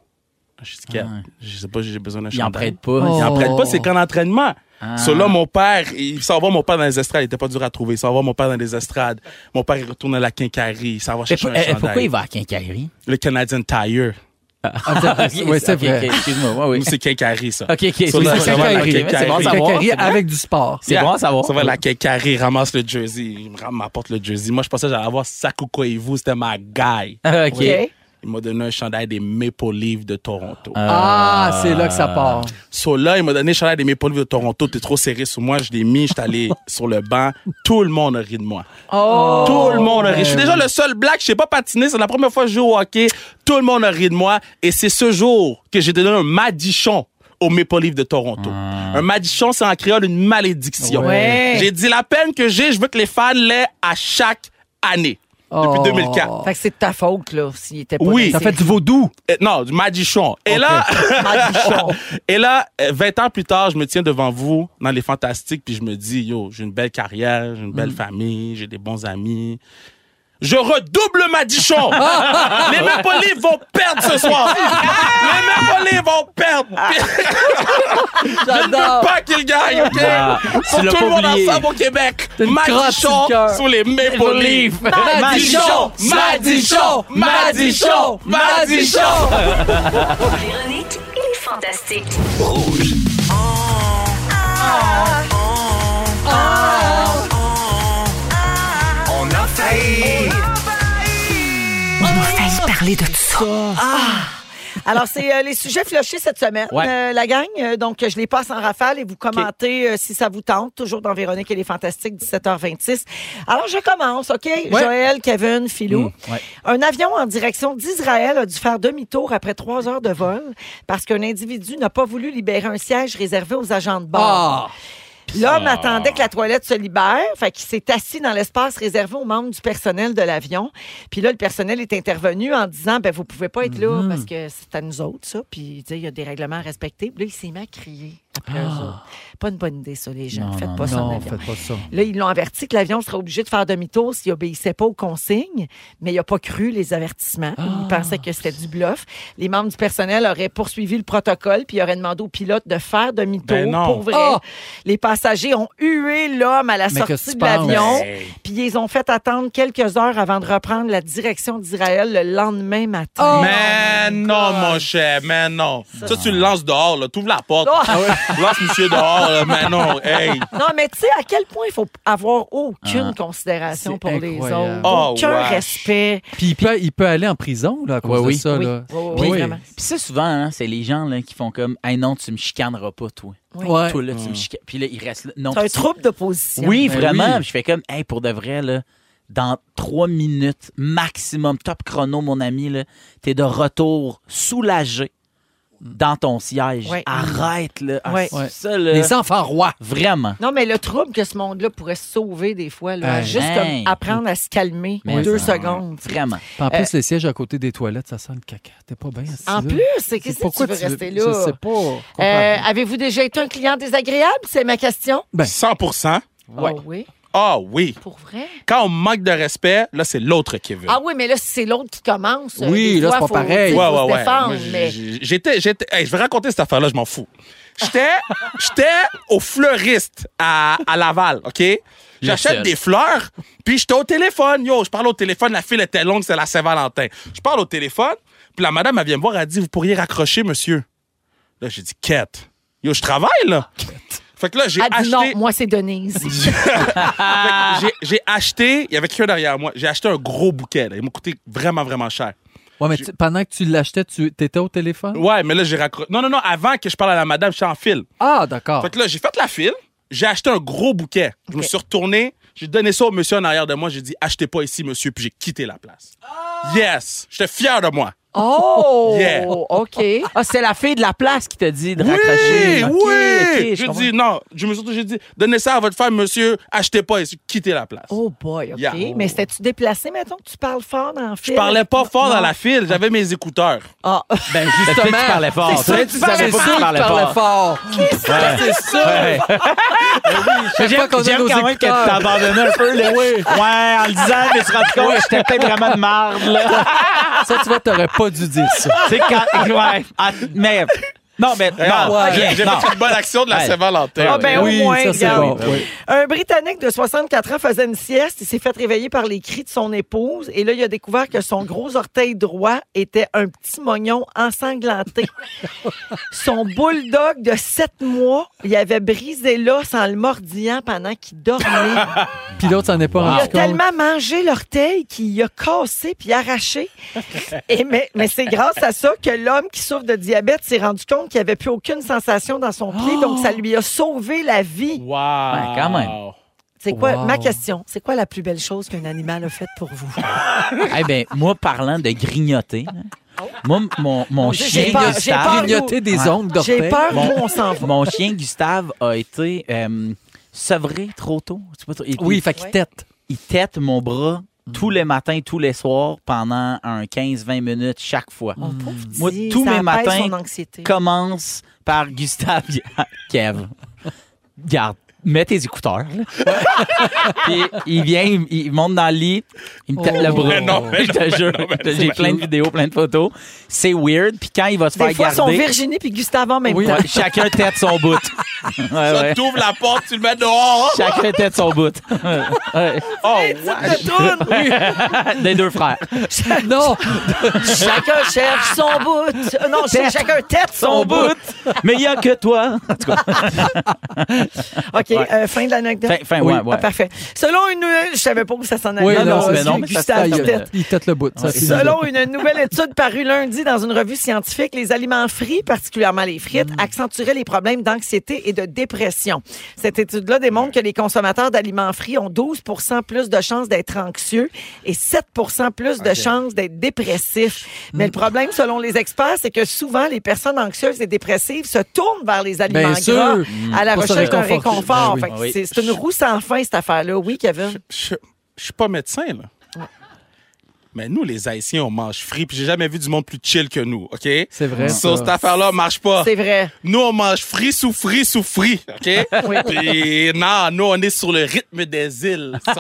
[SPEAKER 15] Je dis, Kat, je sais pas, j'ai besoin d'un
[SPEAKER 16] Il en
[SPEAKER 15] chandail.
[SPEAKER 16] prête pas.
[SPEAKER 15] Il en
[SPEAKER 16] Oh.
[SPEAKER 15] prête pas, c'est qu'en entraînement.
[SPEAKER 16] Ah.
[SPEAKER 15] So, là, mon père, il s'en va, mon père dans les estrades, il était pas dur à trouver. Il s'en va, mon père dans les estrades. Mon père, il retourne à la quincaillerie, il s'en va
[SPEAKER 16] Mais
[SPEAKER 15] chercher
[SPEAKER 16] pour-
[SPEAKER 15] un
[SPEAKER 16] eh,
[SPEAKER 15] chandail.
[SPEAKER 16] pourquoi il va à Quincaillerie?
[SPEAKER 15] Le Canadian Tire.
[SPEAKER 16] Ah, ok,
[SPEAKER 17] oui, c'est
[SPEAKER 16] ok,
[SPEAKER 17] vrai.
[SPEAKER 16] ok, Excuse-moi, ouais, oui.
[SPEAKER 15] Nous, c'est Quincaillerie, ça.
[SPEAKER 16] Ok, ok.
[SPEAKER 15] Ça,
[SPEAKER 16] Oui,
[SPEAKER 15] là,
[SPEAKER 16] c'est
[SPEAKER 15] ça va,
[SPEAKER 17] Quincaillerie.
[SPEAKER 15] la Quincaillerie.
[SPEAKER 17] C'est bon à savoir. Quincaillerie avec du sport.
[SPEAKER 16] C'est bon à savoir.
[SPEAKER 15] Ça va, la Quincaillerie, il ramasse le jersey. Il me ram- m'apporte le jersey. Moi, je pensais que j'allais avoir Sakuko et vous. C'était ma guy.
[SPEAKER 16] Ah, ok.
[SPEAKER 15] Oui. Il m'a donné un chandail des Maple Leafs de Toronto.
[SPEAKER 17] Ah, Ah. c'est là que ça part.
[SPEAKER 15] So là, il m'a donné le chandail des Maple Leafs de Toronto. T'es trop serré sur moi. Je l'ai mis. J'étais allé sur le banc. Tout le monde a ri de moi.
[SPEAKER 7] Oh!
[SPEAKER 15] Tout le monde a ri. Je suis déjà le seul black, je sais pas patiner, c'est la première fois que je joue au hockey. Tout le monde a ri de moi et c'est ce jour que j'ai donné un madichon au Maple Leaf de Toronto. Un madichon, c'est en créole une malédiction.
[SPEAKER 7] Ouais.
[SPEAKER 15] J'ai dit la peine que j'ai, je veux que les fans l'aient à chaque année.
[SPEAKER 7] Oh.
[SPEAKER 15] Depuis 2004.
[SPEAKER 3] Fait que c'est de ta faute, là, s'il était pas
[SPEAKER 15] Oui.
[SPEAKER 3] dans ses-
[SPEAKER 15] vaudou. non, du madichon. Et là, et là, euh, 20 ans plus tard, je me tiens devant vous dans les fantastiques puis je me dis, yo, j'ai une belle carrière, j'ai une belle
[SPEAKER 7] Mm.
[SPEAKER 15] famille, j'ai des bons amis. Je redouble madichon. les Maple Leafs vont perdre ce soir. les Maple Leafs vont perdre. je ne
[SPEAKER 7] Ah. J'adore.
[SPEAKER 15] veux pas qu'ils gagnent. OK?
[SPEAKER 7] Ah,
[SPEAKER 15] Faut
[SPEAKER 7] tu l'as
[SPEAKER 15] tout le
[SPEAKER 7] pas
[SPEAKER 15] monde
[SPEAKER 7] oublié.
[SPEAKER 15] ensemble au Québec.
[SPEAKER 7] T'as une crotte sur
[SPEAKER 15] Madichon
[SPEAKER 7] le cœur.
[SPEAKER 15] sur les Maple Leafs.
[SPEAKER 7] Madichon, Madichon, Madichon, Madichon.
[SPEAKER 1] Véronique et les Fantastiques.
[SPEAKER 7] On a failli.
[SPEAKER 3] On a failli parler de tout ça. Alors, c'est euh, les sujets flochés cette semaine,
[SPEAKER 7] Ouais.
[SPEAKER 3] euh, la gang. Euh, donc, je les passe en rafale et vous commentez euh, si ça vous tente. Toujours dans Véronique et les Fantastiques, 17h26. Alors, je commence, OK? Joël, Kevin, Philou. Un avion en direction d'Israël a dû faire demi-tour après trois heures de vol parce qu'un individu n'a pas voulu libérer un siège réservé aux agents de bord. L'homme
[SPEAKER 7] Ah.
[SPEAKER 3] attendait que la toilette se libère, fait qu'il s'est assis dans l'espace réservé aux membres du personnel de l'avion. Puis là, le personnel est intervenu en disant, ben vous pouvez pas être là
[SPEAKER 17] Mm-hmm.
[SPEAKER 3] parce que c'est à nous autres ça. Puis il dit, il y a des règlements à respecter. Puis là, il s'est mis à crier après eux autres. Pas une bonne idée ça, les gens. faites pas ça en
[SPEAKER 17] Ah. non,
[SPEAKER 3] avion.
[SPEAKER 17] faites pas ça.
[SPEAKER 3] Là, ils l'ont averti que l'avion serait obligé de faire demi-tour s'il obéissait pas aux consignes, mais il n'a pas cru les avertissements.
[SPEAKER 17] Ah,
[SPEAKER 3] Il pensait que c'était du bluff. Les membres du personnel auraient poursuivi le protocole puis auraient demandé au pilote de faire demi-tour
[SPEAKER 7] Ben non.
[SPEAKER 3] pour vrai.
[SPEAKER 7] Ah!
[SPEAKER 3] Les passagers ont hué l'homme à la
[SPEAKER 7] Mais
[SPEAKER 3] sortie
[SPEAKER 7] qu'est-ce
[SPEAKER 3] de
[SPEAKER 7] que tu penses?
[SPEAKER 3] l'avion,
[SPEAKER 7] Hey.
[SPEAKER 3] puis ils ont fait attendre quelques heures avant de reprendre la direction d'Israël le lendemain matin.
[SPEAKER 15] Ah! mais non, mon cher, mais non. Ça, tu le lances dehors, là. T'ouvres la porte.
[SPEAKER 3] Oh.
[SPEAKER 7] Ah
[SPEAKER 15] Lance monsieur dehors, là. Mais non, hey.
[SPEAKER 3] Non, mais tu sais à quel point il faut avoir aucune
[SPEAKER 17] Ah.
[SPEAKER 3] considération
[SPEAKER 17] C'est
[SPEAKER 3] pour les autres,
[SPEAKER 17] incroyable. Oh,
[SPEAKER 3] aucun
[SPEAKER 17] wesh.
[SPEAKER 3] respect.
[SPEAKER 17] Puis il peut, il peut aller en prison là, à cause de ça. Là.
[SPEAKER 16] Puis, puis ça, souvent, hein, c'est les gens là, qui font comme Hey non, tu me chicaneras pas, toi.
[SPEAKER 3] Oui.
[SPEAKER 17] Ouais.
[SPEAKER 16] Toi, là, tu me
[SPEAKER 17] Mm.
[SPEAKER 16] chicanes. Puis là, il reste là. Non,
[SPEAKER 3] C'est un
[SPEAKER 16] tu-
[SPEAKER 3] trouble d'opposition.
[SPEAKER 16] Oui,
[SPEAKER 3] Ben
[SPEAKER 16] vraiment.
[SPEAKER 3] oui.
[SPEAKER 16] Puis Je fais comme Hey, pour de vrai, là, dans trois minutes maximum, top chrono, mon ami, là, t'es de retour soulagé dans ton siège.
[SPEAKER 3] Ouais.
[SPEAKER 16] Arrête, là. Ah,
[SPEAKER 3] Ouais.
[SPEAKER 16] c'est
[SPEAKER 3] Ouais.
[SPEAKER 16] ça, là.
[SPEAKER 3] Les
[SPEAKER 17] enfants rois.
[SPEAKER 16] Vraiment.
[SPEAKER 3] Non, mais le trouble que ce monde-là pourrait se sauver des fois, là,
[SPEAKER 17] Hey.
[SPEAKER 3] juste
[SPEAKER 17] Hey.
[SPEAKER 3] comme apprendre à se calmer
[SPEAKER 17] Mais
[SPEAKER 3] deux
[SPEAKER 17] ça-
[SPEAKER 3] secondes.
[SPEAKER 16] Vraiment.
[SPEAKER 17] Puis en plus, les sièges à côté des toilettes, ça sent le caca. T'es pas bien assis,
[SPEAKER 3] En
[SPEAKER 17] là.
[SPEAKER 3] plus, c'est qu'est-ce que tu
[SPEAKER 17] pourquoi
[SPEAKER 3] veux rester là?
[SPEAKER 17] Je sais pas.
[SPEAKER 3] Euh, Avez-vous déjà été un client désagréable? C'est ma question.
[SPEAKER 15] 100
[SPEAKER 3] Ah oui.
[SPEAKER 15] Ah oui.
[SPEAKER 11] Pour vrai?
[SPEAKER 15] Quand on manque de respect, là, c'est l'autre qui veut.
[SPEAKER 11] Ah oui, mais là, si c'est l'autre qui commence. euh,
[SPEAKER 15] Oui,
[SPEAKER 11] des
[SPEAKER 15] là,
[SPEAKER 11] fois,
[SPEAKER 15] c'est pas
[SPEAKER 11] faut-
[SPEAKER 15] pareil.
[SPEAKER 11] tu sais,
[SPEAKER 15] Ouais,
[SPEAKER 11] faut se
[SPEAKER 15] ouais, ouais.
[SPEAKER 11] défendre,
[SPEAKER 15] Moi,
[SPEAKER 11] mais-
[SPEAKER 15] J'étais, j'étais, hey, je vais raconter cette affaire-là, je m'en fous. J'étais, j'étais au fleuriste à, à Laval, OK?
[SPEAKER 17] Lequel?
[SPEAKER 15] J'achète des fleurs, puis j'étais au téléphone. Yo, je parle au téléphone, la file était longue, c'est la Saint-Valentin. Je parle au téléphone, puis la madame, elle vient me voir, elle dit, vous pourriez raccrocher, monsieur. Là, j'ai dit, quête. Yo, je travaille, là. Fait que là, j'ai
[SPEAKER 11] Elle dit
[SPEAKER 15] acheté...
[SPEAKER 11] non, moi, c'est Denise.
[SPEAKER 15] Fait que j'ai- j'ai acheté, il y avait quelqu'un derrière moi, j'ai acheté un gros bouquet. là. Il m'a coûté vraiment, vraiment cher.
[SPEAKER 17] Ouais, mais tu- pendant que tu l'achetais, tu étais au téléphone?
[SPEAKER 15] Ouais, mais là, j'ai raccroché. Non, non, non, avant que je parle à la madame, je suis en file.
[SPEAKER 17] Ah, d'accord.
[SPEAKER 15] Fait que là, j'ai fait la file, j'ai acheté un gros bouquet. Je me suis retourné, j'ai donné ça au monsieur en arrière de moi, j'ai dit, achetez pas ici, monsieur, puis j'ai quitté la place. Yes! J'étais fier de moi.
[SPEAKER 11] Oh!
[SPEAKER 15] Yeah.
[SPEAKER 11] OK.
[SPEAKER 16] Ah, c'est la fille de la place qui te dit de
[SPEAKER 15] Oui, oui!
[SPEAKER 16] raccrocher. Ok, ok, je
[SPEAKER 15] j'ai
[SPEAKER 16] comprends.
[SPEAKER 15] dit, non, je me suis j'ai dit, donnez ça à votre femme, monsieur, achetez pas ici, quittez la place.
[SPEAKER 11] Oh boy,
[SPEAKER 15] Yeah.
[SPEAKER 3] OK, mais c'était-tu déplacé, mettons, que tu parles fort dans le
[SPEAKER 15] Je
[SPEAKER 3] film?
[SPEAKER 15] parlais pas fort dans
[SPEAKER 3] Non.
[SPEAKER 15] la file, j'avais mes écouteurs.
[SPEAKER 3] Ah.
[SPEAKER 16] Ben,
[SPEAKER 15] justement.
[SPEAKER 16] Peut-être que tu parlais fort.
[SPEAKER 15] C'est sûr
[SPEAKER 16] Peut-être
[SPEAKER 15] que
[SPEAKER 16] que tu
[SPEAKER 15] tu
[SPEAKER 16] savais
[SPEAKER 15] parlais
[SPEAKER 16] pas
[SPEAKER 15] fort.
[SPEAKER 16] que
[SPEAKER 15] Tu parlais
[SPEAKER 16] tu parlais
[SPEAKER 17] fort.
[SPEAKER 16] fort. C'est
[SPEAKER 17] sûr, c'est sûr.
[SPEAKER 16] Chaque
[SPEAKER 17] J'aime
[SPEAKER 16] fois qu'on a
[SPEAKER 17] j'aime
[SPEAKER 16] nos
[SPEAKER 17] quand même que
[SPEAKER 16] écouteurs.
[SPEAKER 17] tu t'abandonnais un peu. Là.
[SPEAKER 16] Oui.
[SPEAKER 17] Ouais, en le disant, mais tu te rends compte que j'étais peut-être vraiment de marde. Là.
[SPEAKER 16] Ça, tu vois, t'aurais pas dû dire ça.
[SPEAKER 17] C'est quand... Ouais. Ah, mais... Non, mais...
[SPEAKER 15] Regarde,
[SPEAKER 17] non,
[SPEAKER 15] j'ai-
[SPEAKER 17] ok,
[SPEAKER 15] j'ai
[SPEAKER 17] non.
[SPEAKER 15] fait une bonne action de la
[SPEAKER 17] Ouais.
[SPEAKER 15] Saint-Valentin.
[SPEAKER 3] Ah ben
[SPEAKER 17] Oui,
[SPEAKER 3] au moins,
[SPEAKER 17] ça, c'est
[SPEAKER 3] regarde.
[SPEAKER 17] bon, oui.
[SPEAKER 3] Un Britannique de 64 ans faisait une sieste. Il s'est fait réveiller par les cris de son épouse. Et là, il a découvert que son gros orteil droit était un petit mognon ensanglanté. son bulldog de 7 mois, il avait brisé l'os en le mordillant pendant qu'il dormait.
[SPEAKER 17] Puis l'autre s'en est pas
[SPEAKER 3] Il a
[SPEAKER 17] rendu compte.
[SPEAKER 3] tellement mangé l'orteil qu'il a cassé puis arraché. Et mais mais c'est grâce à ça que l'homme qui souffre de diabète s'est rendu compte qu'il n'y avait plus aucune sensation dans son pied, donc
[SPEAKER 17] Oh!
[SPEAKER 3] ça lui a sauvé la vie.
[SPEAKER 15] Wow!
[SPEAKER 6] Ah,
[SPEAKER 15] Ouais,
[SPEAKER 16] quand même.
[SPEAKER 3] C'est quoi,
[SPEAKER 16] Wow.
[SPEAKER 3] ma question, c'est quoi la plus belle chose qu'un animal a faite pour vous?
[SPEAKER 16] Eh bien, moi, parlant de grignoter, moi, m- mon, mon
[SPEAKER 3] J'ai
[SPEAKER 16] chien
[SPEAKER 3] peur- j'ai peur,
[SPEAKER 16] Gustave...
[SPEAKER 3] nous. Grignoter des ongles d'orteil. J'ai peur, nous, on s'en va.
[SPEAKER 16] Mon chien Gustave a été euh, sevré trop tôt. Je sais pas trop- il-
[SPEAKER 17] Oui,
[SPEAKER 16] il-
[SPEAKER 17] fait qu'il tète.
[SPEAKER 16] Il tète mon bras
[SPEAKER 3] Mm.
[SPEAKER 16] tous les matins, tous les soirs, pendant un 15-20 minutes chaque fois. Mm.
[SPEAKER 3] Oh,
[SPEAKER 16] Moi,
[SPEAKER 3] petit,
[SPEAKER 16] tous
[SPEAKER 3] ça
[SPEAKER 16] mes
[SPEAKER 3] apaise
[SPEAKER 16] matins
[SPEAKER 3] son anxiété.
[SPEAKER 16] commencent par Gustave Kev. Garde, mets tes écouteurs. là. Puis il vient, il, il monte dans le lit, il me tape
[SPEAKER 17] Oh.
[SPEAKER 16] le bras.
[SPEAKER 17] Mais non, mais
[SPEAKER 16] je
[SPEAKER 17] non,
[SPEAKER 16] te
[SPEAKER 17] mais
[SPEAKER 16] jure,
[SPEAKER 17] non, mais
[SPEAKER 16] j'ai
[SPEAKER 17] non.
[SPEAKER 16] plein de vidéos, plein de photos. C'est weird. Puis quand il va se
[SPEAKER 3] Des
[SPEAKER 16] faire
[SPEAKER 3] fois, ils sont
[SPEAKER 16] garder,
[SPEAKER 3] Virginie puis Gustave en même
[SPEAKER 16] Ouais,
[SPEAKER 3] temps.
[SPEAKER 16] chacun tête son bout. Ouais,
[SPEAKER 15] Ça
[SPEAKER 16] ouais.
[SPEAKER 15] t'ouvre la porte, tu le mets dehors.
[SPEAKER 16] Chacun tête son bout. Ouais.
[SPEAKER 15] Oh,
[SPEAKER 16] Oui. Des deux frères.
[SPEAKER 17] Non!
[SPEAKER 3] chacun cherche son bout. Euh, Non,
[SPEAKER 16] Tête.
[SPEAKER 3] chacun tête son, bout.
[SPEAKER 16] Mais il n'y a que toi. En tout cas.
[SPEAKER 3] OK,
[SPEAKER 16] Ouais.
[SPEAKER 3] euh, fin de l'anecdote.
[SPEAKER 16] Fin- fin, ouais, ouais.
[SPEAKER 3] Ah, parfait. Selon une... Je savais pas où ça s'en allait.
[SPEAKER 17] Oui, non,
[SPEAKER 3] Vas-y,
[SPEAKER 17] mais non, mais ça,
[SPEAKER 3] Gustave
[SPEAKER 17] ça, il-
[SPEAKER 3] tête.
[SPEAKER 17] Il tète le bout. ça, c'est
[SPEAKER 3] Selon
[SPEAKER 17] fini.
[SPEAKER 3] une nouvelle étude parue lundi dans une revue scientifique, les aliments frits, particulièrement les frites,
[SPEAKER 17] Hmm.
[SPEAKER 3] accentueraient les problèmes d'anxiété et de dépression. Cette étude-là démontre que les consommateurs d'aliments frits ont 12 plus de chances d'être anxieux et 7 plus de chances d'être dépressifs. Mais
[SPEAKER 17] Hmm.
[SPEAKER 3] le problème, selon les experts, c'est que souvent, les personnes anxieuses et dépressives se tournent vers les aliments
[SPEAKER 17] Bien
[SPEAKER 3] gras
[SPEAKER 17] sûr.
[SPEAKER 3] à la
[SPEAKER 17] Pour se
[SPEAKER 3] recherche d'un
[SPEAKER 17] réconforter.
[SPEAKER 3] réconfort.
[SPEAKER 17] Ben oui.
[SPEAKER 3] Fait que
[SPEAKER 17] Ah oui.
[SPEAKER 3] c'est- C'est une roue sans fin, cette affaire-là. Oui, Kevin?
[SPEAKER 15] Je je suis pas médecin, là. Mais nous, les Haïtiens, on mange frit, puis j'ai jamais vu du monde plus chill que nous, OK? C'est
[SPEAKER 17] vrai, ça.
[SPEAKER 15] So, cette affaire-là marche pas.
[SPEAKER 3] C'est vrai.
[SPEAKER 15] Nous, on mange frit sous frit sous frit, OK?
[SPEAKER 3] Oui.
[SPEAKER 15] Puis non, nous, on est sur le rythme des îles. So,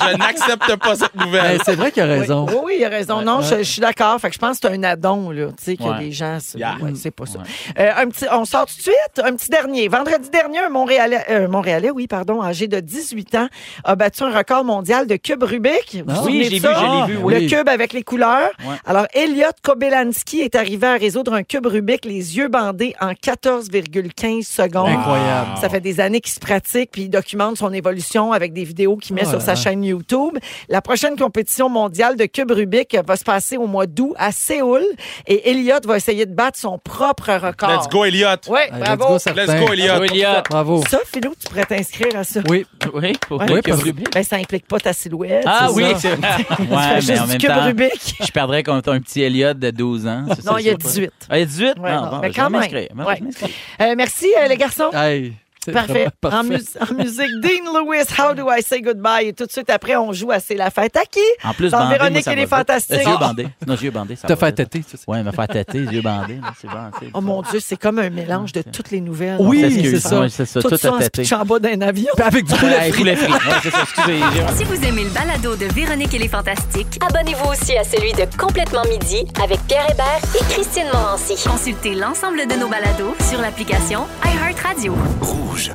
[SPEAKER 15] je n'accepte pas cette nouvelle.
[SPEAKER 17] Ben, c'est vrai qu'il a raison.
[SPEAKER 3] Oui, oui, il a raison. Non, je, je suis d'accord. Fait que je pense que c'est un addon, là, tu sais, que
[SPEAKER 17] Ouais.
[SPEAKER 3] les gens... se- ouais, c'est pas ça. Euh, un petit, on sort tout de suite. Un petit dernier. Vendredi dernier, un Montréalais, euh, Montréalais, oui, pardon, âgé de 18 ans, a battu un record mondial de cube Rubik. Vous
[SPEAKER 16] Ah.
[SPEAKER 3] vous souvenez
[SPEAKER 16] Oui,
[SPEAKER 3] de
[SPEAKER 16] j'ai
[SPEAKER 3] ça?
[SPEAKER 16] vu, je l'ai vu, oui.
[SPEAKER 3] Le cube avec les couleurs.
[SPEAKER 16] Ouais.
[SPEAKER 3] Alors, Elliot Kobelanski est arrivé à résoudre un cube Rubik les yeux bandés en 14,15 secondes.
[SPEAKER 17] Incroyable.
[SPEAKER 3] Ça fait des années qu'il se pratique, puis il documente son évolution avec des vidéos qu'il met
[SPEAKER 17] Oh
[SPEAKER 3] sur
[SPEAKER 17] là
[SPEAKER 3] sa
[SPEAKER 17] là.
[SPEAKER 3] chaîne YouTube. La prochaine compétition mondiale de cube Rubik va se passer au mois d'août à Séoul et Elliot va essayer de battre son propre record.
[SPEAKER 15] Let's go, Elliot.
[SPEAKER 3] Oui,
[SPEAKER 17] Allez,
[SPEAKER 3] bravo.
[SPEAKER 17] Let's go, certain.
[SPEAKER 15] Let's go, Elliot.
[SPEAKER 16] Bravo, Elliot.
[SPEAKER 17] Bravo.
[SPEAKER 3] Ça, Philo, tu pourrais t'inscrire à ça.
[SPEAKER 17] Oui.
[SPEAKER 16] Oui, pour
[SPEAKER 3] Ouais.
[SPEAKER 16] le
[SPEAKER 3] Oui,
[SPEAKER 16] cube
[SPEAKER 3] parce-
[SPEAKER 16] Rubik.
[SPEAKER 3] Ben, ça implique pas ta silhouette.
[SPEAKER 16] Ah
[SPEAKER 3] c'est
[SPEAKER 16] oui,
[SPEAKER 3] ça.
[SPEAKER 16] c'est
[SPEAKER 3] Tu
[SPEAKER 16] Ouais,
[SPEAKER 3] fais
[SPEAKER 16] mais
[SPEAKER 3] juste
[SPEAKER 16] en
[SPEAKER 3] du
[SPEAKER 16] même
[SPEAKER 3] cube
[SPEAKER 16] temps,
[SPEAKER 3] Rubik.
[SPEAKER 16] je perdrais contre un petit Elliot de 12 ans. C'est ça,
[SPEAKER 3] Non,
[SPEAKER 16] c'est
[SPEAKER 3] il y a
[SPEAKER 16] sûr.
[SPEAKER 3] 18.
[SPEAKER 16] Ah, il y a 18?
[SPEAKER 3] Ouais,
[SPEAKER 16] Ah,
[SPEAKER 3] non,
[SPEAKER 16] bon,
[SPEAKER 3] mais
[SPEAKER 16] ben, je
[SPEAKER 3] quand
[SPEAKER 16] vais
[SPEAKER 3] même.
[SPEAKER 16] m'inscrire. Ben,
[SPEAKER 3] Ouais.
[SPEAKER 16] je vais m'inscrire.
[SPEAKER 3] Euh, merci, euh, les garçons.
[SPEAKER 17] Hey. C'est
[SPEAKER 3] Parfait.
[SPEAKER 17] vraiment
[SPEAKER 3] En, mus- en musique, Dean Lewis, How Do I Say Goodbye? Et tout de suite après, on joue à C'est la fête à qui?
[SPEAKER 16] En plus,
[SPEAKER 3] Dans
[SPEAKER 16] bandé, moi,
[SPEAKER 3] Véronique,
[SPEAKER 16] ça
[SPEAKER 3] il
[SPEAKER 16] va
[SPEAKER 3] est
[SPEAKER 16] vite.
[SPEAKER 3] fantastique.
[SPEAKER 16] Les yeux bandés. Nos yeux bandés, ça
[SPEAKER 17] Te
[SPEAKER 16] va
[SPEAKER 17] faire
[SPEAKER 16] vite.
[SPEAKER 17] têter, c'est ça?
[SPEAKER 16] Ouais, me faire têter, les yeux bandés. là, C'est bon, c'est
[SPEAKER 3] Oh mon Dieu, c'est comme un mélange de toutes les nouvelles.
[SPEAKER 16] Oui,
[SPEAKER 3] On fait
[SPEAKER 16] c'est ça. Ouais, c'est ça,
[SPEAKER 3] Tout,
[SPEAKER 16] tout
[SPEAKER 3] ça
[SPEAKER 16] à
[SPEAKER 3] en se
[SPEAKER 16] tâter.
[SPEAKER 3] pitchant en bas d'un avion.
[SPEAKER 16] avec du poulet frit. Poulet frit. Ouais, c'est ça, excusez.
[SPEAKER 2] Si
[SPEAKER 16] j'ai-
[SPEAKER 1] vous aimez le balado de Véronique et les Fantastiques, abonnez-vous aussi à celui de Complètement Midi avec Pierre Hébert et Christine Morancy. Consultez l'ensemble de nos balados sur l'application iHeartRadio.
[SPEAKER 2] Rouge.